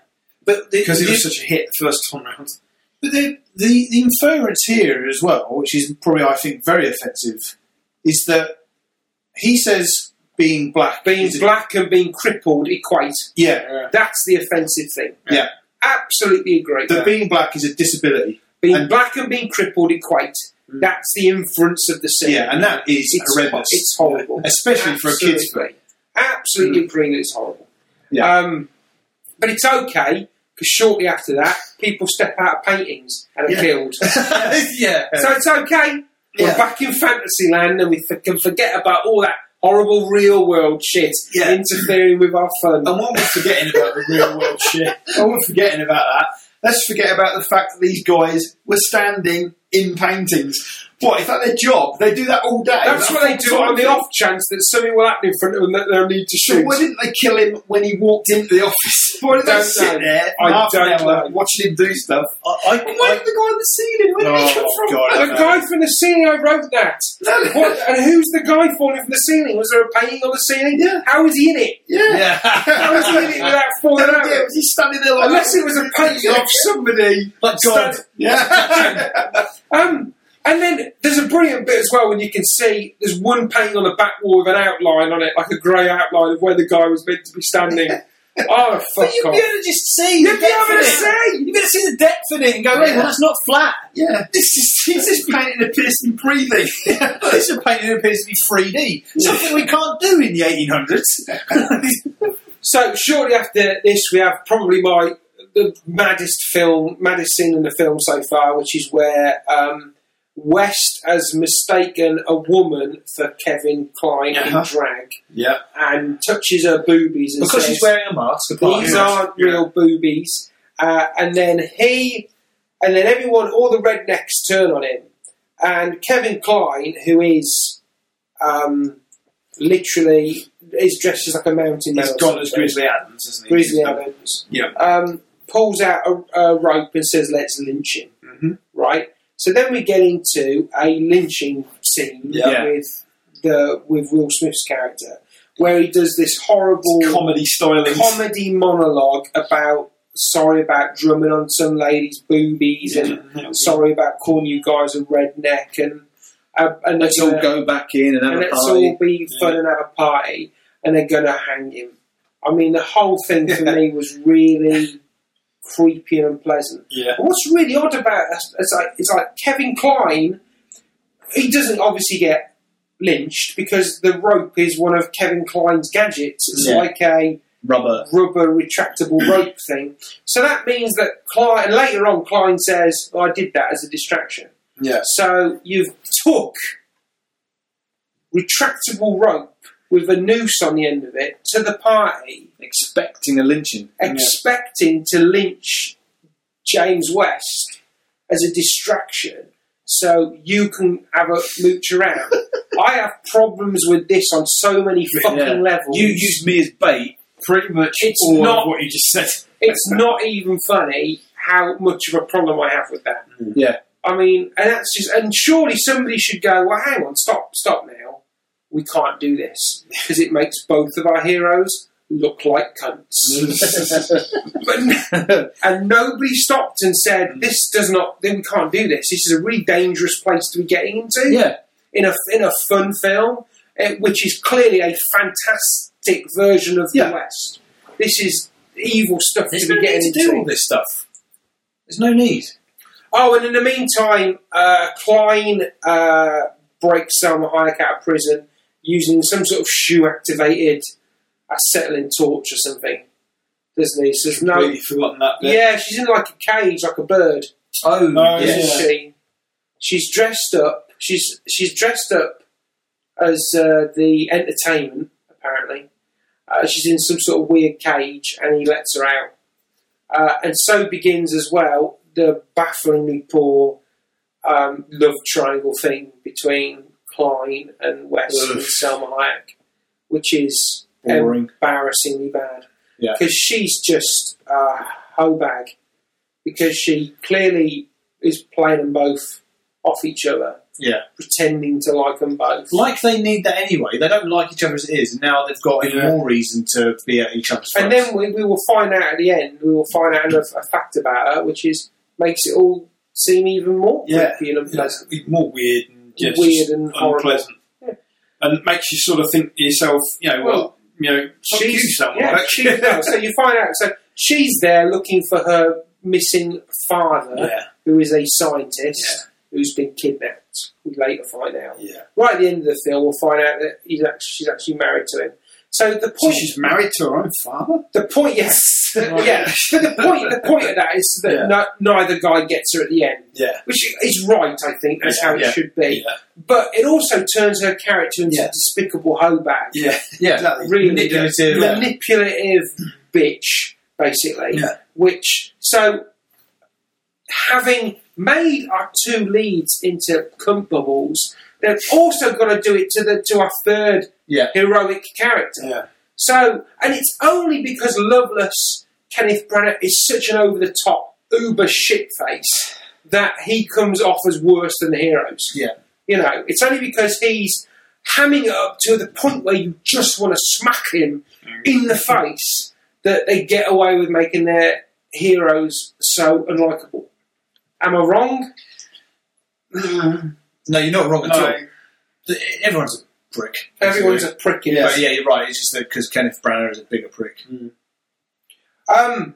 but the,
because it was
the-
such a hit the first time round.
but the, the the inference here as well, which is probably I think very offensive, is that he says being black,
Being
is a-
black and being crippled equate.
yeah,
That's the offensive thing.
Yeah.
Absolutely agree.
that being black is a disability.
being
and-
black and being crippled equate. That's the inference of the scene.
Yeah, and that is
it's,
horrendous,
it's horrible.
especially for a kids' film.
Absolutely. Absolutely
Mm.
agree that it's horrible.
Yeah.
Um, but it's okay because shortly after that, people step out of paintings and are
Yeah.
killed.
yeah,
So it's okay. We're
Yeah.
back in fantasy land and we f- can forget about all that horrible real world shit
Yeah.
interfering with our fun.
And while we're forgetting about the real world shit, while Oh, we're forgetting about that, let's forget about the fact that these guys were standing in paintings. What, is that their job? They do that all day.
That's
That
what they do
full-time
on the
thing.
off chance that something will happen in front of them that they'll need to
So
shoot.
why didn't they kill him when he walked into the office? Why did they
Don't
sit
know.
there
I
for half an
don't
hour
know.
watching him do stuff?
I, I,
And where did the guy on the ceiling? Where did he come
oh
from? E
god, I
the
know.
guy from the ceiling, I wrote that.
No, no.
What, and who's the guy falling from the ceiling? Was there a painting on the ceiling?
Yeah.
How was he in it?
Yeah.
How was he in it without falling
No
out?
idea. Was he standing there like
Unless it was a painting of
somebody?
But
Stand-
God,
Yeah.
Um, and then there's a brilliant bit as well when you can see there's one painting on the back wall with an outline on it, like a grey outline of where the guy was meant to be standing. oh, fuck
but you'd
off.
be able to just see.
You'd
the
be able
depth in
to
it.
see.
You'd be able to see the depth in it and go, "Hey,
Yeah.
well, that's not flat."
yeah. This is this is painting a piercing breathing.
this is painting that appears to be 3D, something we can't do in the 1800s.
So shortly after this, we have probably my the maddest film, maddest scene in the film so far, which is where um, West has mistaken a woman for Kevin Klein
Uh-huh.
in drag
yeah.
and touches her boobies and
because
says,
she's wearing a mask. Apart
"These
from-
aren't real boobies." Uh, and then he, and then everyone, all the rednecks turn on him, and Kevin Klein, who is um, literally is dressed as like a mountain man.
He's
or
gone as
something.
Grizzly Adams, isn't he?
Grizzly Adams.
Yeah.
Um, pulls out a, a rope and says, "Let's lynch him."
Mhm.
Right. So then we get into a lynching scene
Yeah.
with the with Will Smith's character, where he does this horrible
Comedy styling.
comedy monologue about sorry about drumming on some lady's boobies and sorry about calling you guys a redneck and uh, and
Let's
they're
all
gonna-
go back in and have
and
a
let's
party.
all be fun and have a party, and they're going to hang him. I mean, the whole thing for me was really creepy and unpleasant.
yeah.
But what's really odd about it is like, it's like Kevin Klein, he doesn't obviously get lynched because the rope is one of Kevin Klein's gadgets. It's
Yeah.
like a
Rubber.
rubber retractable rope thing. So that means that Klein, and later on, Klein says, I did that as a distraction.
Yeah.
So you've took retractable rope with a noose on the end of it to the party,
Expecting a lynching.
expecting to lynch James West as a distraction, so you can have a mooch around. I have problems with this on so many fucking
Yeah.
levels.
You used me as bait.
Pretty much
It's
all of
not-
what you just said.
it's not even funny how much of a problem I have with that.
Yeah.
I mean, and that's just, and surely somebody should go, well, hang on, stop, stop now. We can't do this because it makes both of our heroes look like cunts. but, n- and nobody stopped and said, this does not, then we can't do this. This is a really dangerous place to be getting into
Yeah.
in a in a fun film, eh, which is clearly a fantastic version of
Yeah.
the West. This is evil stuff
There's
to be
no need
getting
to do all
into.
this stuff. There's no need.
Oh, and in the meantime, uh, Klein uh, breaks Selma Hayek out of prison using some sort of shoe-activated acetylene torch or something, doesn't he? So there's no.
Completely forgotten that bit.
Yeah, she's in like a cage, like a bird.
Oh,
No,
yes.
isn't she? She's dressed up. She's she's dressed up as uh, the entertainment. Apparently, uh, she's in some sort of weird cage, and he lets her out. Uh, and so begins as well the bafflingly poor um, love triangle thing between Klein and West and
Ugh.
Selma Hayek, which is
Boring.
embarrassingly bad.
Yeah.
Because she's just a hoe bag. Because she clearly is playing them both off each other.
Yeah.
pretending to like them both.
Like they need that anyway. They don't like each other as it is, and now they've got even
Yeah.
more reason to be at each other's.
and
throats.
then we, we will find out at the end, we will find out a, a fact about her, which is makes it all seem even more
Yeah.
creepy and unpleasant.
It's more weird and yeah, it's
Weird
just
and horrible.
unpleasant.
Yeah.
And makes you sort of think to yourself, you know, well,
Well,
you know, fuck you,
she's,
someone.
yeah, she's, no, so you find out, so she's there looking for her missing father,
yeah,
who is a scientist who's been kidnapped. We later find out.
yeah.
Right at the end of the film, we'll find out that he's actually, she's actually married to him. So the
So
point,
she's married to her own father.
the point, yes, yeah. But the point, the point of that is that
Yeah.
no, neither guy gets her at the end,
Yeah,
which is right. I think that's how it
Yeah.
should be.
yeah,
But it also turns her character into
Yeah.
a despicable hobo.
yeah,
yeah,
exactly.
Really
manipulative.
Yeah.
manipulative bitch, basically.
Yeah.
Which so having made our two leads into cunt bubbles, they've also got to do it to the to our third
Yeah.
heroic character.
Yeah.
So and it's only because Loveless Kenneth Branagh is such an over the top uber shit face that he comes off as worse than the heroes.
Yeah.
You know, it's only because he's hamming it up to the point where you just want to smack him in the face that they get away with making their heroes so unlikable. Am I wrong?
No, you're not wrong at
Mm. No.
all. Th- Everyone's a prick.
Everyone's a prick in
But yeah, you're right. It's just that because Kenneth Branagh is a bigger prick.
Mm.
Um,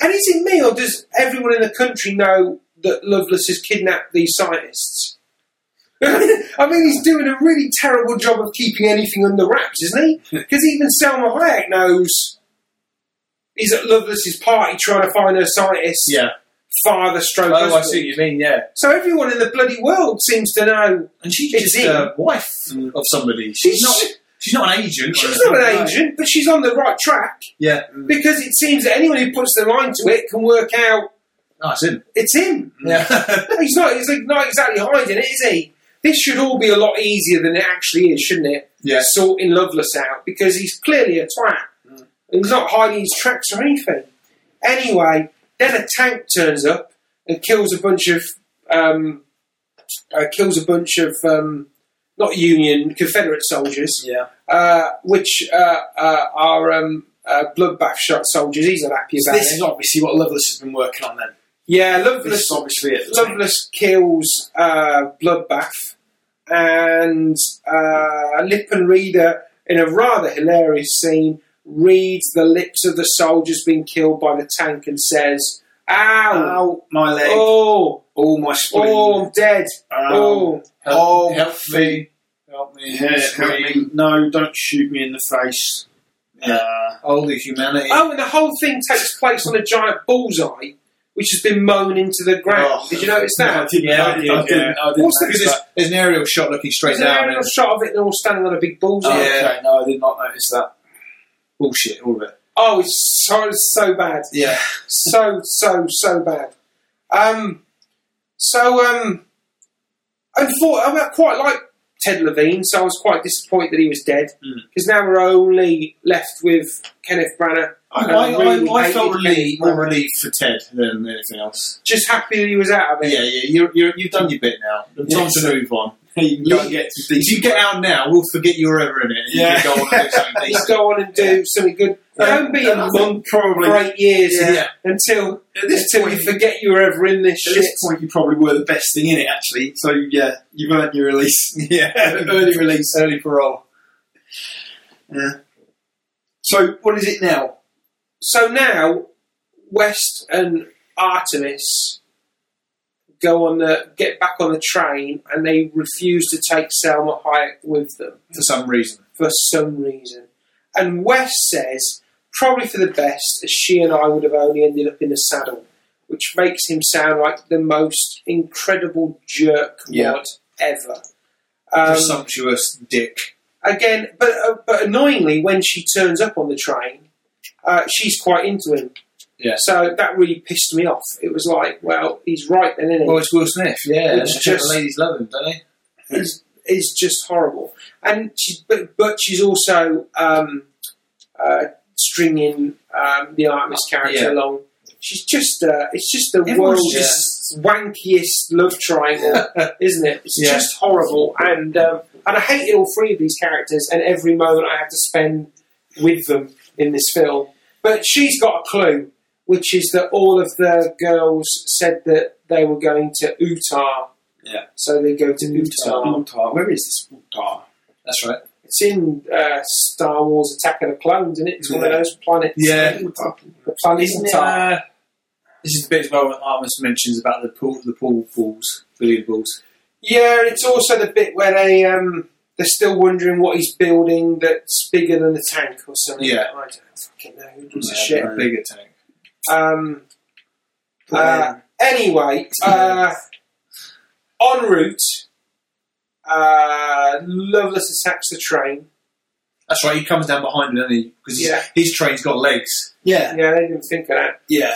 and is it me, or does everyone in the country know that Lovelace has kidnapped these scientists? I mean, he's doing a really terrible job of keeping anything under wraps, isn't he? Because even Selma Hayek knows he's at Lovelace's party trying to find her scientist
Yeah.
father stroke.
Oh, I
husband.
see what you mean. Yeah.
So everyone in the bloody world seems to know
And she's
It's
just
him.
a wife of somebody. Mm. She's
She's-
not. She's not an agent. Mm. or
she's not an
anything.
agent, but she's on the right track
Yeah.
because it seems that anyone who puts their mind to it can work out
No, it's him.
it's him.
Mm. Yeah.
He's not. He's like not exactly hiding it, is he? This should all be a lot easier than it actually is, shouldn't it?
Yeah.
Sorting Loveless out because he's clearly a twat.
Mm.
He's not hiding his tracks or anything. Anyway, then a tank turns up and kills a bunch of um, uh, kills a bunch of um, not Union Confederate soldiers,
Yeah.
uh, which uh, uh, are um, uh, bloodbath shot soldiers. He's not happy about
This
it.
is obviously what Lovelace has been working on then.
yeah,
This
Loveless
is obviously it.
Loveless kills uh, Bloodbath, and uh, Lippen Reader, in a rather hilarious scene, reads the lips of the soldiers being killed by the tank and says, Ow!
Ow, my leg, oh,
Oh!
my spleen.
Oh, I'm dead!
Ow.
Oh!
Help,
Oh,
help me. Help me.
Yeah, help
scream.
me. No, don't shoot me in the face.
Yeah.
Uh,
Oh, the humanity.
Oh, and the whole thing takes place on a giant bullseye, which has been mown into the ground.
Oh.
Did you notice
I
that?
didn't,
Yeah,
I
I
didn't, I
did,
didn't, I didn't
What's the-
notice
Because there's, there's an aerial shot looking straight
There's an
down.
aerial
And
shot of it, and they're all standing on a big bullseye.
Oh,
Yeah.
okay, no, I did not notice that.
bullshit, all of it.
Oh, it's so, so bad.
Yeah.
so so so bad. Um, so um, unfor- I, mean, I quite like Ted Levine, so I was quite disappointed that he was dead
Hmm.
because now we're only left with Kenneth Branagh.
I,
And
I,
really
I, I felt
hated Kenneth
relieved,
Branagh.
more relieved for Ted than anything else.
Just happy that he was out of
But
it.
Oh, yeah, yeah, you're, you're, you've done your bit now. Time to move on.
You can go and get to
If you
decent
get out now, we'll forget you were ever in it. And
Yeah.
You can go on and do something
Let's
decent.
go on and do
Yeah.
something good. Don't be a
And I think
monk
probably
for eight years
Yeah.
until
at this
until
point.
you forget you were ever in this
at
shit.
this point, you probably were the best thing in it, actually. So yeah, you've earned your release.
Yeah.
early release.
Early parole.
So what is it now?
So now, West and Artemis go on the get back on the train, and they refuse to take Selma Hayek with them
For some reason.
for some reason. And West says, probably for the best, as she and I would have only ended up in the saddle, which makes him sound like the most incredible jerk
Yeah.
wad ever. Um,
Presumptuous dick.
again, but uh, but annoyingly, when she turns up on the train, uh, she's quite into him.
Yeah.
So that really pissed me off. It was like, well, he's right then, isn't he?
Well, it's Will Smith, yeah.
It's
I think
just-
the ladies love him, don't they?
it's, it's just horrible. And she, but but she's also um, uh, stringing um, the Artemis character
Yeah.
along. She's just uh, it's just the
Everyone's
world's
just
wankiest love triangle, isn't it? It's
Yeah.
just horrible, and um, and I hated all three of these characters and every moment I had to spend with them in this film. But she's got a clue, which is that all of the girls said that they were going to Utah.
Yeah.
So they go to
Mm-hmm.
Utah.
Utah. Where is this Utah?
That's right.
It's in uh, Star Wars: Attack of the Clones, and it's one of those planets.
Yeah.
Utah.
The planet
Isn't it,
Utah.
uh, this is the bit as well when Artemis mentions about the pool, the pool balls, billiard balls.
Yeah, and it's also the bit where they um, they're still wondering what he's building that's bigger than the tank or something.
Yeah.
I don't fucking know. Who gives a
Yeah,
shit?
Uh, a Bigger tank.
Um, uh, anyway, uh, en route, uh, Lovelace attacks the train.
That's right. He comes down behind him, doesn't he? Because
Yeah.
his train's got legs.
Yeah,
Yeah, they didn't think of that.
yeah.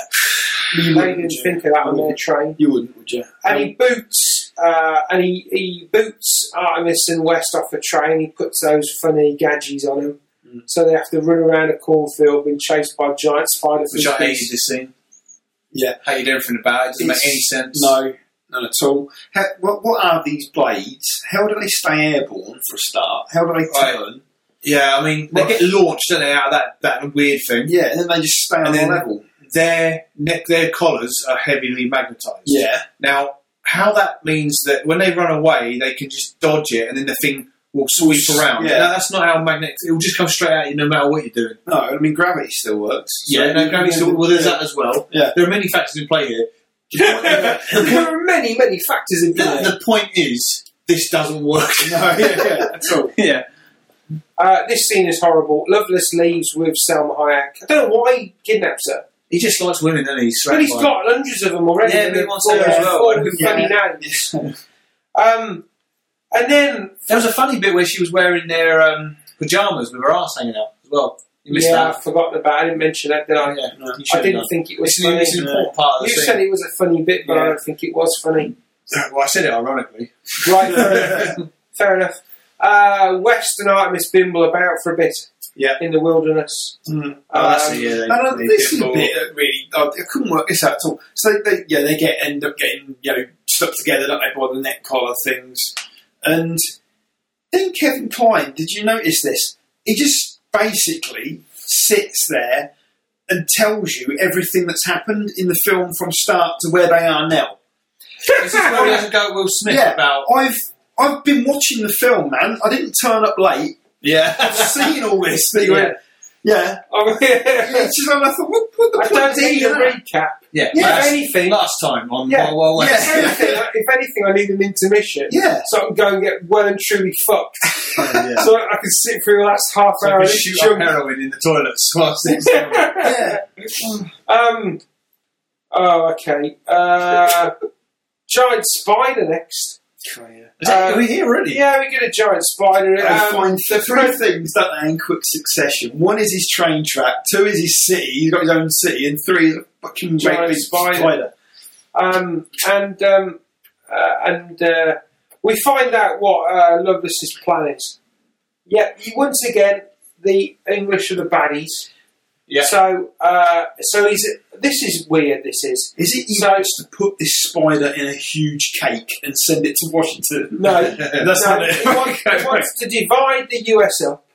They
You wouldn't,
didn't
would you?
think of that on their train.
You wouldn't, would you?
And he boots, uh, and he, he boots Artemis and West off the train. He puts those funny gadgets on him,
Mm.
so they have to run around a cornfield, being chased by giant spider
Which I hated
fishes.
this scene.
Yeah.
hated everything about it. Doesn't
It's-
make any sense.
No, none at all. How, what, what are these blades? How do they stay airborne for a start? How do they
Right.
turn?
Yeah, I mean they
What?
get launched, don't they, out of that, that weird thing.
Yeah, and then they just stay on
And
the
then-
level.
Their neck, their collars are heavily magnetised.
Yeah,
Now, how that means that when they run away, they can just dodge it, and then the thing will sweep around.
Yeah.
Now, that's not how magnetic. It will just come straight at you, no matter what you're doing.
no, I mean gravity still works.
Yeah, no, gravity still. Well, there's that as well.
Yeah.
There are many factors in play here. the,
there are many, many factors in there.
the point is, this doesn't work.
No, yeah, yeah, at all.
yeah.
Uh, this scene is horrible. Lovelace leaves with Selma Hayek. I don't know why he kidnaps her,
He just likes women, doesn't he? He's
but he's
straight
got hundreds of them already.
Yeah, but he wants her as well.
All with funny names. Um, and then
by- There was a funny bit where she was wearing their um, pajamas with her ass hanging out as well. You missed
yeah,
that. Oh,
I've forgotten about. It. I didn't mention that, did I?
yeah.
No.
You
I
should've
didn't
done.
think it was.
It's an, it's an
funny.
important part of the
You
scene.
said it was a funny bit, but I
Yeah.
don't think it was funny.
well, I said it ironically.
Right, fair enough. Fair enough. Uh, West and Artemis bimble about for a bit.
Yeah.
In the wilderness.
Mm.
Oh, that's
Um,
it, yeah. They,
And uh,
they
this
did
is a
ball.
bit that really, I, I couldn't work this out at all. So they, they yeah, they get end up getting you know stuck together, don't they, by the neck collar things. And then Kevin Klein, did you notice this? He just basically sits there and tells you everything that's happened in the film from start to where they are now.
Is this where he has a go at Will Smith
Yeah.
about?
I've I've been watching the film, man. I didn't turn up late. I've
Yeah.
seen all this. That you
Yeah.
went, yeah. yeah.
I
It's just, and I thought, what, what the
don't
point is
need a
that?
recap.
yeah.
Yeah,
Last,
anything.
Last time on
Yeah.
Wild Wild West.
If anything, I- if anything, I need an intermission.
Yeah.
So I can go and get well and truly fucked.
yeah.
So I can sit through the last half
So
hour
we
of this
shoot up
junk.
heroin in the toilets whilst it's going.
Yeah.
um, oh, okay. Uh, giant spider next.
Is that-
Uh,
Are we here already?
Yeah, we get a giant spider.
They
Um,
find
the
three
first-
things that they in quick succession. One is his train track. Two is his city. He's got his own city, and three is a fucking great
Giant
big
spider.
spider.
Um, and um, uh, and uh, we find out what uh, Lovelace's plan is. Yeah, he- once again, the English are the baddies.
Yeah.
So, uh, so he's. This is weird. This is
Is it he
So-
wants to put this spider in a huge cake and send it to Washington?
no.
that's
no,
not it.
He wants, he
Okay.
wants to divide the US up.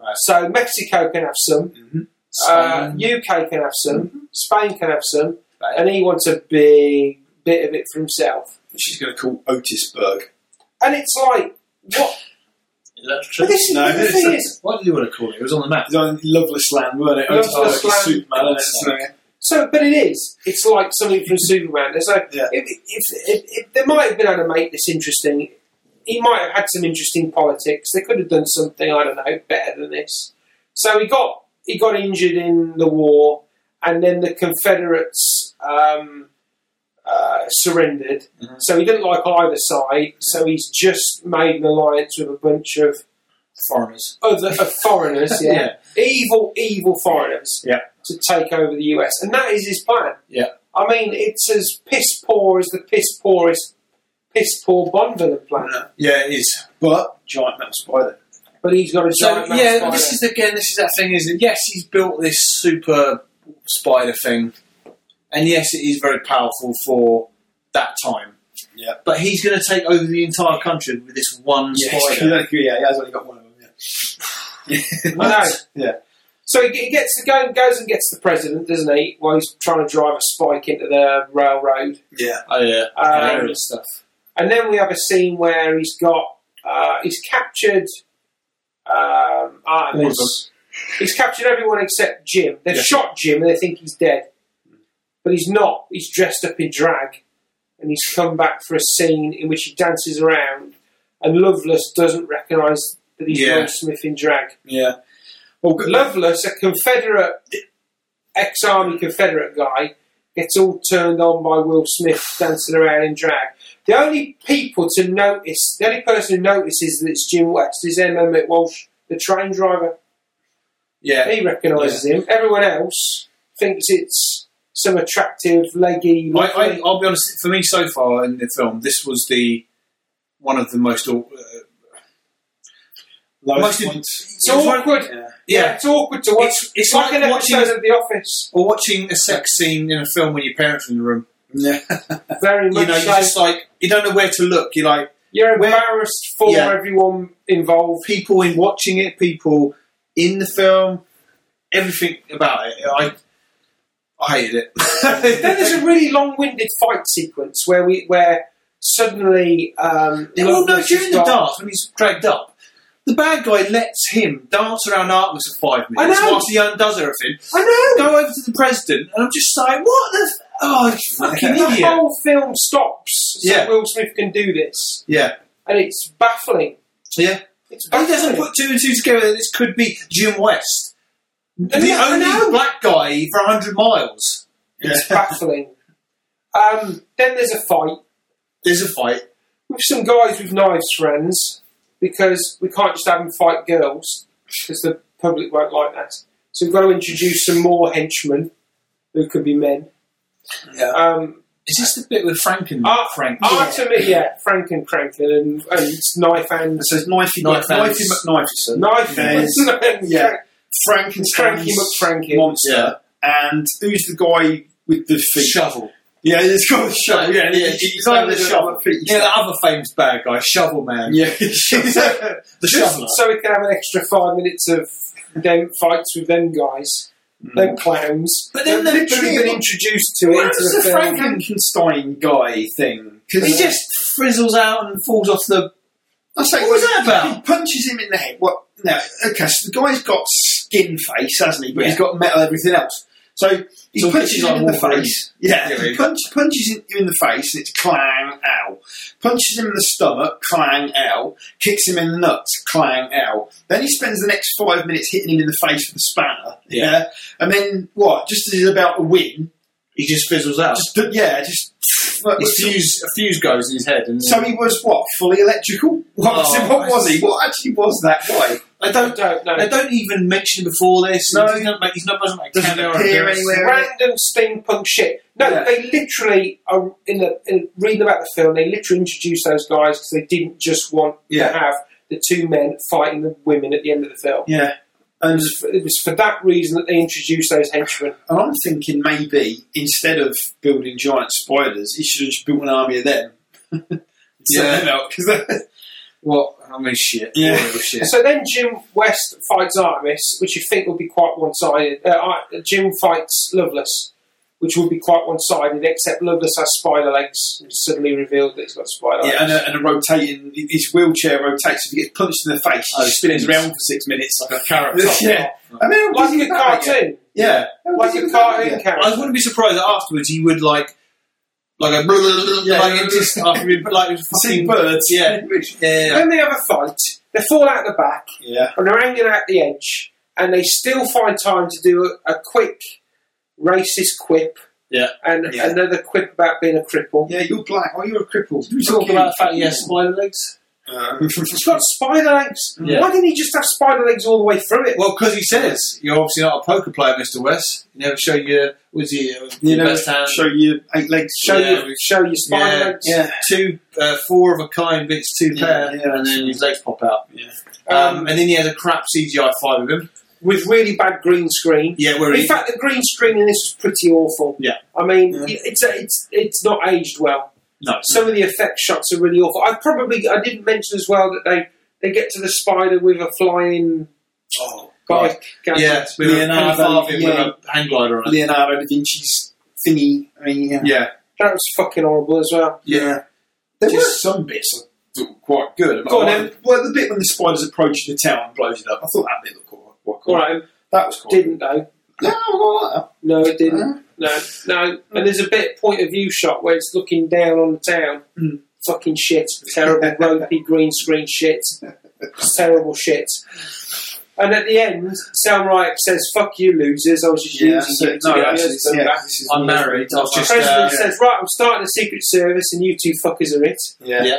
Right.
So Mexico can have some,
Mhm.
uh, UK can have some,
Mm-hmm.
Spain can have some,
Right.
and he wants a big bit of it for himself.
She's going to call Otisburg.
And it's like, what? But this is
No,
the thing is,
What did you want to call it? It was on the map.
It's on Loveless Land, weren't it?
Loveless
Otisburg
Land.
is Superman. isn't it?
So, but it is. It's like something from Superman. There's like,
Yeah.
if, if, if, if they might have been able to make this interesting, he might have had some interesting politics. They could have done something I don't know better than this. So he got he got injured in the war, and then the Confederates um, uh, surrendered.
Mhm.
So he didn't like either side. So he's just made an alliance with a bunch of
Foreigners.
other of foreigners, yeah. evil, evil foreigners,
Yeah.
to take over the US, and that is his plan.
Yeah.
I mean, it's as piss poor as the piss poorest, piss poor Bond villain plan.
Yeah, it is.
But giant metal spider.
But he's got a
So
giant
yeah,
mouse
this
spider.
is again. This is that thing, isn't it? Yes, he's built this super spider thing, and yes, it is very powerful for
that time.
Yeah.
But he's going to take over the entire country with this one
Yeah,
spider.
yeah, he has only got one of them. Yeah.
I know.
Yeah.
So he he gets the go, goes and gets the president, doesn't he? While he's trying to drive a spike into the railroad
yeah.
Oh yeah.
Uh,
um,
Yeah.
and stuff. And then we have a scene where he's got uh, he's captured um, Artemis. He's captured everyone except Jim. They've
Yeah.
shot Jim and they think he's dead, but he's not. He's dressed up in drag, and he's come back for a scene in which he dances around, and Lovelace doesn't recognise that he's
Yeah.
Will Smith in drag.
Yeah.
Lovelace, a Confederate, ex army Confederate guy, gets all turned on by Will Smith dancing around in drag. The only people to notice, the only person who notices that it's Jim West is Emma McWalsh, the train driver.
Yeah.
He recognises him. Everyone else thinks it's some attractive, leggy.
I, I,
lovely-
I'll be honest. For me, so far in the film, this was the one of the most. aw- Uh,
Lowest
Most in-
points.
it's awkward.
Yeah.
yeah.
yeah,
it's awkward to watch.
It's- it's
like,
like
an
watching-
episode of The Office.
or watching a sex scene in a film when your parents are in the room.
Yeah.
Very
You
much
know, you're
so.
just like you don't know where to look. You're like
You're
where-
embarrassed for
Yeah.
everyone involved.
people in watching it, people in the film, everything about it. I I hated it.
then there's a really long-winded fight sequence where we where suddenly um,
well, Oh, no,
Lovelace
during
has
the
got-
dance when he's dragged up, the bad guy lets him dance around Artemis for five
I
minutes
know.
whilst he undoes everything.
I know
Go over to the president, and I'm just like, what the? F- oh, you fucking
the
idiot!
whole film stops so
Yeah.
Will Smith can do this,
Yeah,
and it's baffling.
yeah.
It's
He
baffling.
doesn't put two and two together that this could be Jim West,
I
the
know, I know.
only black guy for hundred miles.
It's baffling. Um, then there's a fight
There's a fight.
with some guys with knives, friends, because we can't just have them fight girls because the public won't like that. So we've got to introduce some more henchmen who could be men.
Yeah.
Um,
Is this the bit with Franken?
Art
Frank.
Artemis, Oh, yeah, Frank and Franklin and, and knife and
It says knifey,
Knife
knife,
hands.
knifey McKniferson,
knife
Yes.
and
Yeah.
Frank-
Frankenstein's
Frankie McFrankie.
monster, and who's the guy with the feet?
Shovel.
Yeah, it's called shovel. Yeah,
Yeah,
he-
he's
he's
got
got
the
the
shovel.
feet.
Yeah, the other famous bad guy, Shovel Man.
Yeah, the
The
Just
shoveler.
so we can have an extra five minutes of them fights with them guys, them clowns.
But then
They've
the-
literally been introduced to it
Where's
into the,
the
film.
Frankenstein guy thing?
He just frizzles out and um, falls off the.
I say,
What was that about?
He punches him in the head. What? No, okay. So the guy's got skin face, hasn't he? But he's got metal everything else. So he
So
punches
he's
him
like
in the
Wolverine.
face. Yeah,
Yeah,
he
he-
punch, punches him in the face, and it's clang ow. Punches him in the stomach, clang ow. Kicks him in the nuts, clang ow. Then he spends the next five minutes hitting him in the face with a spanner.
Yeah.
and then what? Just as he's about to win,
He just fizzles out.
just yeah, just.
His fuse, a fuse goes in his head, and
So he was what fully electrical? What, was,
Oh,
it, what was he?
I-
What actually was that guy?
I
I
don't.
don't know.
I don't even mention before this.
No.
he's not. He's not doesn't make
Doesn't
cameo
appear
appearance.
anywhere.
Random steampunk shit. No,
Yeah.
they literally are in the in, reading about the film. They literally introduced those guys because they didn't just want
Yeah.
to have the two men fighting the women at the end of the film.
Yeah,
It
and
was, for, it was for that reason that they introduced those henchmen.
and I'm thinking maybe instead of building giant spiders, he should have just built an army of them.
Yeah.
because
Well, I mean, shit.
Yeah.
Horrible shit.
So then Jim West fights Artemis, which you think would be quite one-sided. Uh, Ar- Jim fights Lovelace, which would be quite one-sided, except Lovelace has spider legs. It's suddenly revealed that he's got spider legs.
yeah, and a, and a rotating his wheelchair rotates. If he gets punched in the face, he
Oh,
just spins
spins.
around for six minutes like a carrot.
top.
yeah, I mean, how busy
Like a
was that?
cartoon.
Yeah, How
Like
busy
a
was that?
cartoon
Yeah.
I
character.
wouldn't be surprised that afterwards he would like, like a,
Yeah.
like it just after he'd like it was
See
fucking
birds.
Yeah. yeah.
Then they have a fight. They fall out the back,
yeah.
and they're hanging out the edge, and they still find time to do a, a quick racist quip.
Yeah.
And
Yeah.
another quip about being a cripple.
Yeah, you're black. Oh, you're a cripple. Uh,
We talk about the fact he has spider legs.
He's got spider legs.
Yeah.
Why didn't he just have spider legs all the way through it?
Well, because he says you're obviously not a poker player, Mister West. You never show your was he uh, your
you know,
best hand.
show you eight legs.
show
yeah,
you,
we've-
show you spider
yeah,
legs.
Yeah.
two, uh, four of a kind, but it's two
Yeah,
pair,
yeah,
and then his legs pop out.
Yeah.
Um,
Um,
and then he has a crap CGI fight with him.
with really bad green screen.
Yeah, where
In
he,
fact, the green screen in this is pretty awful.
Yeah.
I mean,
Yeah.
it's it's it's not aged well.
No.
Some of the effect shots are really awful. I probably I didn't mention as well that they they get to the spider with a flying
Oh,
bike. can't
Yeah,
they?
with
Leonardo,
a Farthing
yeah.
with a hang glider on it.
Leonardo da Vinci's thingy. I mean, yeah.
Yeah,
that was fucking horrible as well.
Yeah. There
Just-
were some bits that were quite good.
Go on,
Like,
then.
Well, the bit when the spider's approaching the town and blows it up, I thought that bit looked quite, quite cool.
All right,
That was cool.
didn't though.
Yeah, I quite like that.
No, it didn't.
Huh?
No, no. And there's a bit point of view shot where it's looking down on the town.
Mm.
Fucking shit. Terrible ropey green screen shit. Terrible shit. And at the end, Sam Ryek says, "Fuck you, losers." I was just
Yeah,
using
so-
you to
no,
get
actually,
the others done
yeah,
back."
this is-
I'm married. I've
The
just, uh,
president says, "Right, I'm starting the Secret Service, and you two fuckers are it."
Yeah.
Yeah.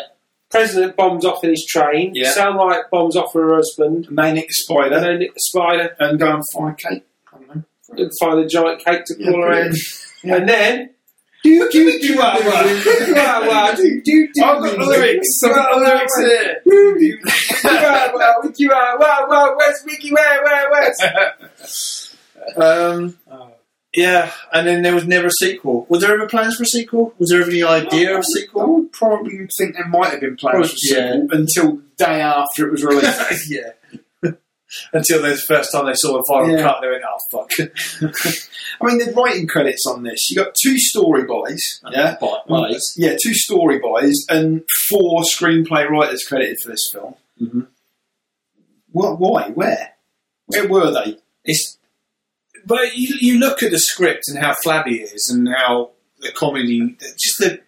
President bombs off in his train.
Yeah.
Sam Ryek bombs off with her husband.
And they nick
And
the spider
then Nick the spider
and go and fry cake. I don't know.
and find a giant cake to
Yeah,
crawl around.
brilliant. Yeah.
And then.
Do, do, do,
Wow, wow. Wow, wow. Do, do, do.
I've got the lyrics. I've got the lyrics here.
Wow, wow, Wiki, wow, wow, wow, where's Wiki, where, where, where's?
um,
Oh.
yeah, and then there was never a sequel. Were there ever plans for a sequel? Was there ever any idea of a
I
sequel?
would probably think there might have been plans for a
Yeah.
sequel until the day after it was released.
yeah. Until the first time they saw the final
Yeah.
cut, they went, "Oh fuck!"
I mean, the writing credits on this. You got two story boys, yeah,
Bye, bye.
yeah, two story boys, and four screenplay writers credited for this film.
Mhm.
What? Why? Where? Where were they?
It's, but you, you look at the script and how flabby it is, and how the comedy, just the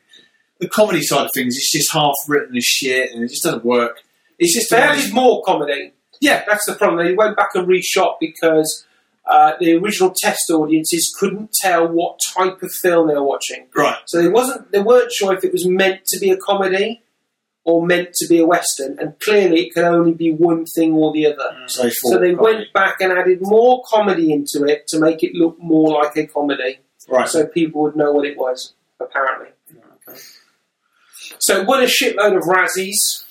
the comedy side of things, it's just half written as shit, and it just doesn't work. It's just
They added more comedy. Yeah, that's the problem. They went back and reshot because uh, the original test audiences couldn't tell what type of film they were watching.
right.
So they wasn't they weren't sure if it was meant to be a comedy or meant to be a western, and clearly it could only be one thing or the other.
So they,
Mm. So they went back and added more comedy into it to make it look more like a comedy,
right.
so people would know what it was. Apparently, so what a shitload of Razzies,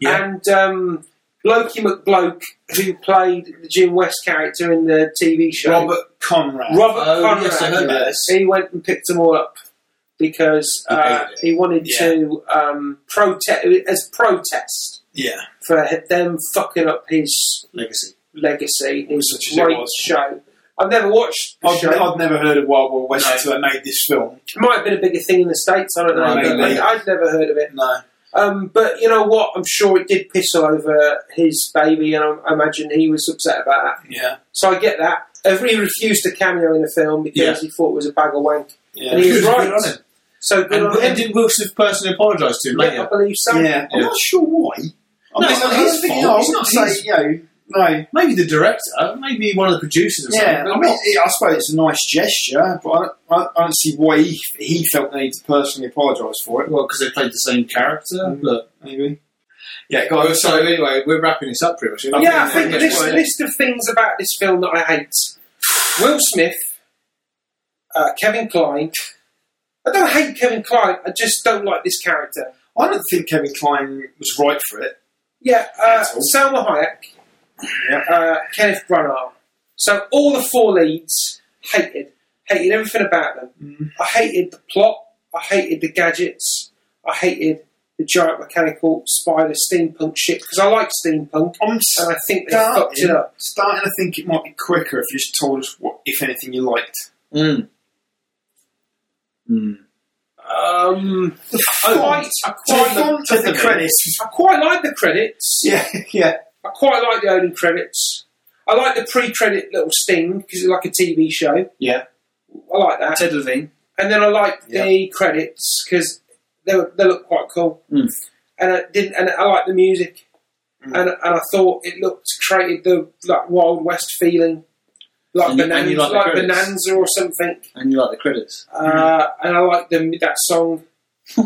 Yeah.
and um, Loki McBloke, who played the Jim West character in the TV show,
Robert Conrad.
Robert
Oh,
Conrad,
yes, I heard about
yeah.
this.
he went and picked them all up because
He
uh,
hated it.
he wanted
Yeah.
to um, protest as protest
yeah.
for them fucking up his
Legacy.
legacy, his
Such as it
great
was.
show. I've never watched the
I'd,
show.
I'd never heard of Wild Wild West until they made this film.
It might have been a bigger thing in the states. I don't know.
Right,
but
maybe.
I, I'd never heard of it.
No.
Um, but you know what? I'm sure it did piss all over his baby, and I, I imagine he was upset about that.
Yeah.
So I get that. Uh, He refused a cameo in the film because
Yeah.
he thought it was a bag of wank.
Yeah.
And he was
Good,
right.
good on him.
So good
And,
on him.
and did Wilson personally apologise to him
Yeah, I
later?
believe so.
yeah. I'm not sure why. I
No,
mean,
it's not
I
his
don't think-
fault.
no,
It's
I'm not
not
saying,
his-
you know, no.
Maybe the director, maybe one of the producers or
Yeah,
something.
I mean, it- I suppose it's a nice gesture, but I don't, I don't- I don't see why he, he felt the need to personally apologise for it.
well, because they played the same character,
Mm.
but
Maybe.
yeah. go on. So anyway, we're wrapping this up pretty much.
Yeah, I think
Yeah.
this list of things about this film that I hate: Will Smith, uh, Kevin Kline. I don't hate Kevin Kline. I just don't like this character.
I don't think Kevin Klein was right for it.
Yeah, uh,
That's all.
Selma Hayek,
Yeah.
uh, Kenneth Branagh. So all the four leads hated, hated everything about them.
Mm.
I hated the plot. I hated the gadgets. I hated the giant mechanical spider steampunk shit because I like steampunk
I'm s-
and I think they
Starting.
fucked it up.
starting to think it might be quicker if you just told us what, if anything, you liked.
Mm. Mm.
Um, I quite, I
The
quite, like-
font of the credits.
I quite like the credits.
Yeah, yeah.
I quite like the opening credits. I like the pre-credit little sting because it's like a TV show.
Yeah.
I like that.
Ted Levine.
And then I like the credits because they, were- they look quite cool.
Mm.
And I didn't. And I like the music. And, and I thought it looked created the like Wild West feeling, like
And you- and you
bonanza,
like
like,
the credits. Mm.
bonanza or something.
and you like the credits.
Uh, and I like the that song,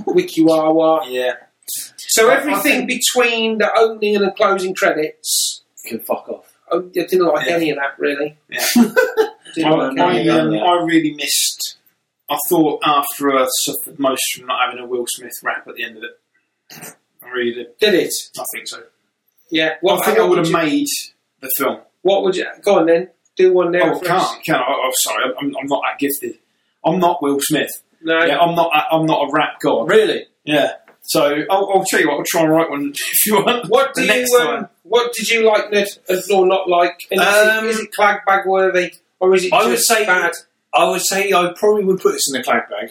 Wiki Wawa.
Yeah.
So
I- I
everything
think-
between the opening and the closing credits,
Can fuck off.
I I didn't like
Yeah.
any of that really.
Yeah.
Didn't
I,
like
no,
any
I,
of that.
no,
um,
no.
I really missed. I thought After Earth suffered most from not having a Will Smith rap at the end of it. I really did.
Did it?
I think so.
Yeah.
I think I would
would
have
you-
made the film.
What would you? Go on then. Do one now.
Oh,
for
can't,
us.
can't. I, I'm sorry, I'm, I'm not that gifted. I'm not Will Smith.
No.
Yeah, I'm not. I'm not a rap god.
Really?
Yeah. So I'll, I'll tell you what. I'll try and write one if you want.
What do
The
you?
next
Um, what did you like, Ned, and- or not like? And
Um,
is, it, is it clag bag worthy, or is it
I
just
would say-
bad?
I would say I probably would put this in the clag bag.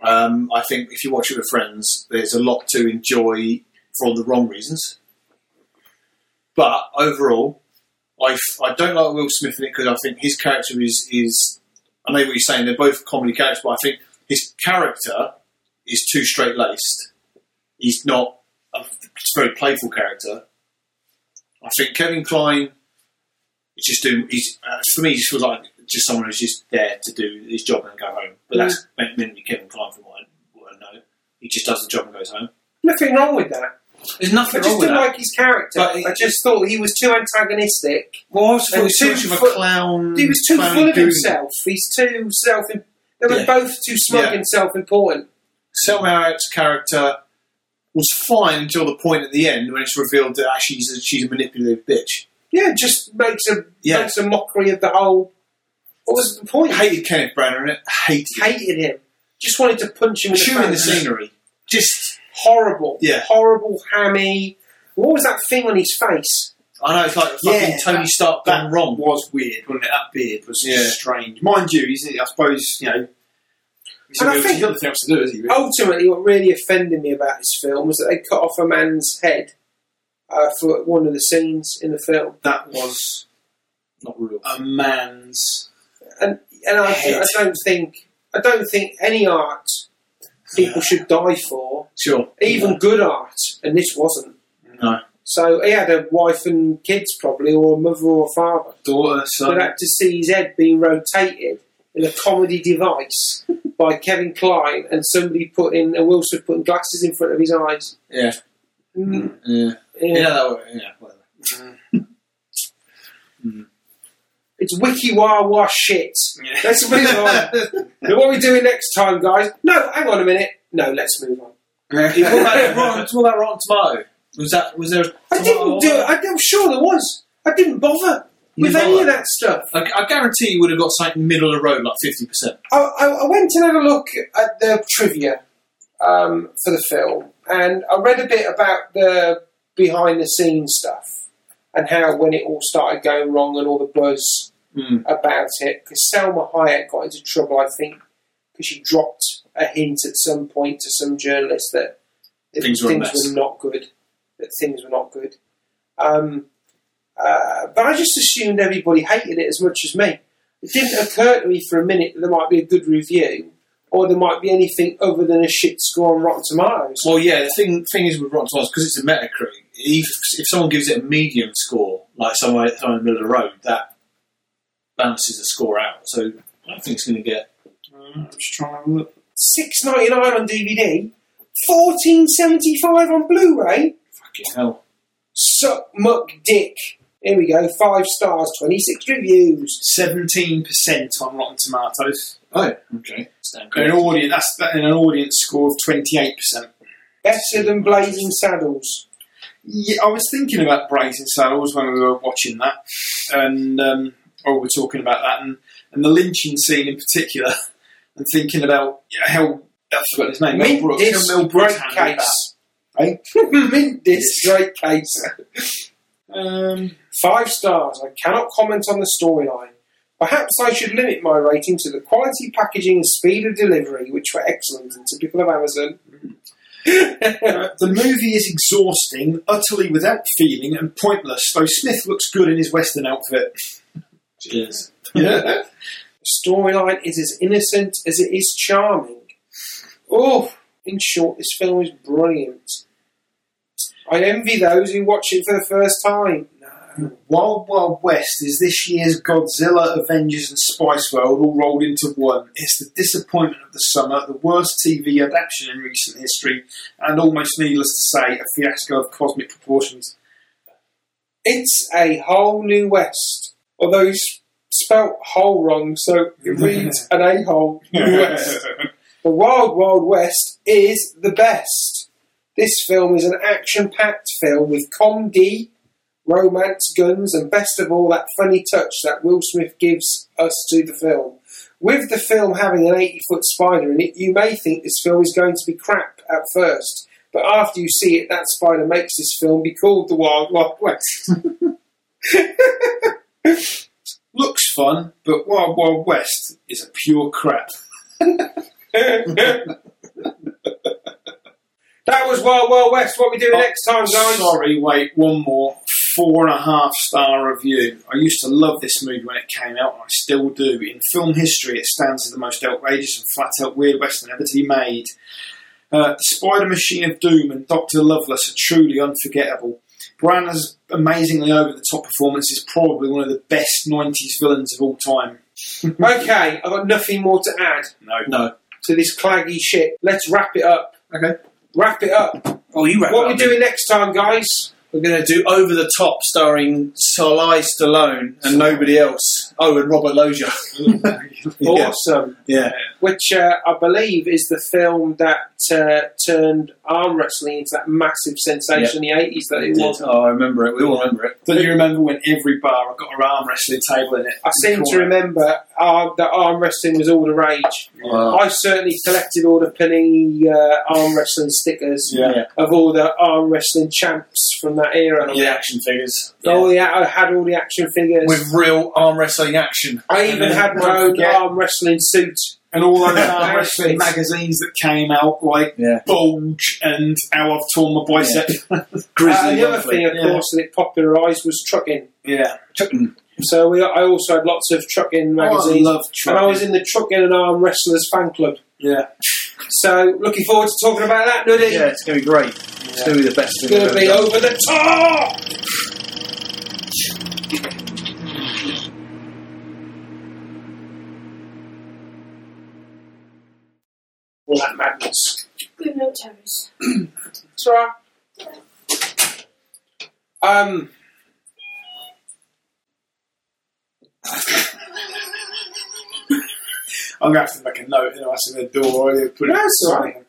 Um, I think if you watch it with friends, there's a lot to enjoy for the wrong reasons. But overall, I, f- I don't like Will Smith in it because I think his character is is I know what you're saying. They're both comedy characters, but I think his character is too straight laced. He's not a very playful character. I think Kevin Klein is just doing. He's uh, for me, he just feels like just someone who's just there to do his job and go home. But that's meant meant to be Kevin Klein from what I, what I know. He just does the job and goes home.
Nothing wrong with that.
There's
I
nothing
just
wrong with
didn't
that.
like his character.
But it-
I just thought he was too antagonistic.
well, I also
and
thought he's
too
too much of a
full-
clown.
He was too
clown
full of
Mm, goon.
himself. He's too self. They were
Yeah.
both too smug
Yeah.
and self-important.
Selma Hayek's character was fine until the point at the end when it's revealed that actually she's a, she's a manipulative bitch.
Yeah, it just makes a
Yeah.
makes a mockery of the whole. What was the
I
point?
hated Kenneth Branagh in it. Hated him.
hated him. Just wanted to punch him in the
Chewing the
face.
scenery. Just,
Horrible.
Yeah.
Horrible, hammy. What was that thing on his face?
I know, it's like fucking
Yeah,
Tony
that-
Stark
that
gone wrong.
was weird, wasn't it? That beard was
Yeah.
strange. Mind you, he's, I suppose, you know, he's,
And I
he's
think-
got nothing else to do, has he? Really?
Ultimately, what really offended me about this film was that they cut off a man's head uh, for one of the scenes in the film.
That was
Not real.
Uh,
a man's.
And and I, I don't think I don't think any art people should die for,
Sure.
even good art. And this wasn't.
No.
So he had a wife and kids probably, or a mother or a father.
Daughter, son.
but had to see his head being rotated in a comedy device by Kevin Klein and somebody putting and Wilson putting glasses in front of his eyes.
Yeah.
Mm,
Yeah.
yeah.
Hmm. Yeah, that was, yeah, whatever.
It's wiki wah wah shit.
Yeah.
Let's move on. now, what are we doing next time, guys? No, hang on a minute. No, let's move on.
Yeah, what about Rotten, what about Rotten Tomato? Was that, was there a
I didn't do it. I, I'm sure there was. I didn't bother
You
with
didn't
any
bother?
of that stuff.
I, I guarantee you would have got something middle of the road, like 50%.
I, I I went and had a look at the trivia um, for the film, and I read a bit about the behind the scenes stuff and how when it all started going wrong and all the buzz
Hmm.
Mm.
about it, because Selma Hayek got into trouble, I think, because she dropped a hint at some point to some journalist that that
Things were a mess.
not good, that things were not good. Um, uh, but I just assumed everybody hated it as much as me. It didn't occur to me for a minute that there might be a good review, or there might be anything other than a shit score on Rotten Tomatoes.
Well, yeah, the thing thing is with Rotten Tomatoes because it's a Metacritic. If if someone gives it a medium score, like somewhere, somewhere in the middle of the road, that balances the score out. So I don't think it's going to get.
Mm, I'm just trying to have a look.
Six ninety nine on DVD, fourteen seventy five on Blu-ray.
Fucking hell!
Suck muck dick. Here we go. Five stars, twenty six reviews.
17% on Rotten Tomatoes.
Oh, okay. Stand
And an
corrected.
audience, that's that- and an audience score of 28%.
Better than Blazing Saddles.
Yeah, I was thinking about Blazing Saddles when we were watching that, and um, or we're talking about that, and, and the lynching scene in particular, and thinking about yeah, how I forgot his name, Mel
Mint
Brooks.
disc,
how Mel Brooks
great
handled
case.
that.
Mint disc, great case.
Eh? Um,
Five stars. I cannot comment on the storyline. Perhaps I should limit my rating to the quality, packaging, and speed of delivery, which were excellent and typical of Amazon.
uh, the movie is exhausting, utterly without feeling, and pointless. Though Smith looks good in his western outfit.
Cheers.
Yeah.
The storyline is as innocent as it is charming. Oh, in short, this film is brilliant. I envy those who watch it for the first time. No.
Wild Wild West is this year's Godzilla, Avengers, and Spice World all rolled into one. It's the disappointment of the summer, the worst TV adaptation in recent history, and almost needless to say, a fiasco of cosmic proportions.
It's a whole new West. Although he's spelt whole wrong, so it reads an a hole new West. The Wild Wild West is the best. This film is an action packed film with comedy, romance, guns, and best of all, that funny touch that Will Smith gives us to the film. With the film having an 80 foot spider in it, you may think this film is going to be crap at first, but after you see it, that spider makes this film be called The Wild Wild West.
Looks fun, but Wild Wild West is a pure crap.
that was Wild Wild West. What we do
Oh,
next time, guys?
Sorry, wait, one more. Four and a half star review. I used to love this movie when it came out, and I still do. In film history, it stands as the most outrageous and flat out weird western ever to be made. Uh, the Spider Machine of Doom and Dr. Lovelace are truly unforgettable. Branagh's amazingly over the top performance is probably one of the best 90s villains of all time.
Okay, I've got nothing more to add
No.
No.
to this claggy shit. Let's wrap it up.
Okay.
Wrap it up.
Oh, you wrap
What
it
we
up,
doing next time, guys?
We're going to do Over the Top, starring Sly Stallone and nobody else. Oh, and Robert Loggia. yeah.
Awesome.
yeah.
Which uh, I believe is the film that uh, turned arm wrestling into that massive sensation in the 80s that it was.
Oh, I remember it. We all remember it.
Don't you remember when every bar I got an arm wrestling table in it?
I seem to remember uh, that arm wrestling was all the rage.
Oh.
I certainly collected all the Panini uh, arm wrestling stickers
Yeah.
of all the arm wrestling champs from that era.
All the action figures.
All the, I had all the action figures.
With real arm wrestling action.
I even had my own
Yeah.
arm wrestling suit.
and all those arm
Yeah.
wrestling magazines that came out, like
Yeah.
Bulge and How I've Torn My Bicep. Yeah.
Uh,
Grizzly.
the other thing, of
yeah.
course, that it popularised was trucking.
Chucking.
So we, I also had lots of trucking
Oh, I
magazines.
love
and
trucking.
I was in the Trucking and Arm Wrestlers fan club.
yeah.
So looking forward to talking about that, Nuddy.
Yeah, it's going to be great. It's going to be the best
It's
thing
going
we've
to
ever
be
done.
over the top! All that madness.
Good note, Terrace.
It's all right. Um,
I'm going to have to make a note and I said the door. I put it
No, it's all right.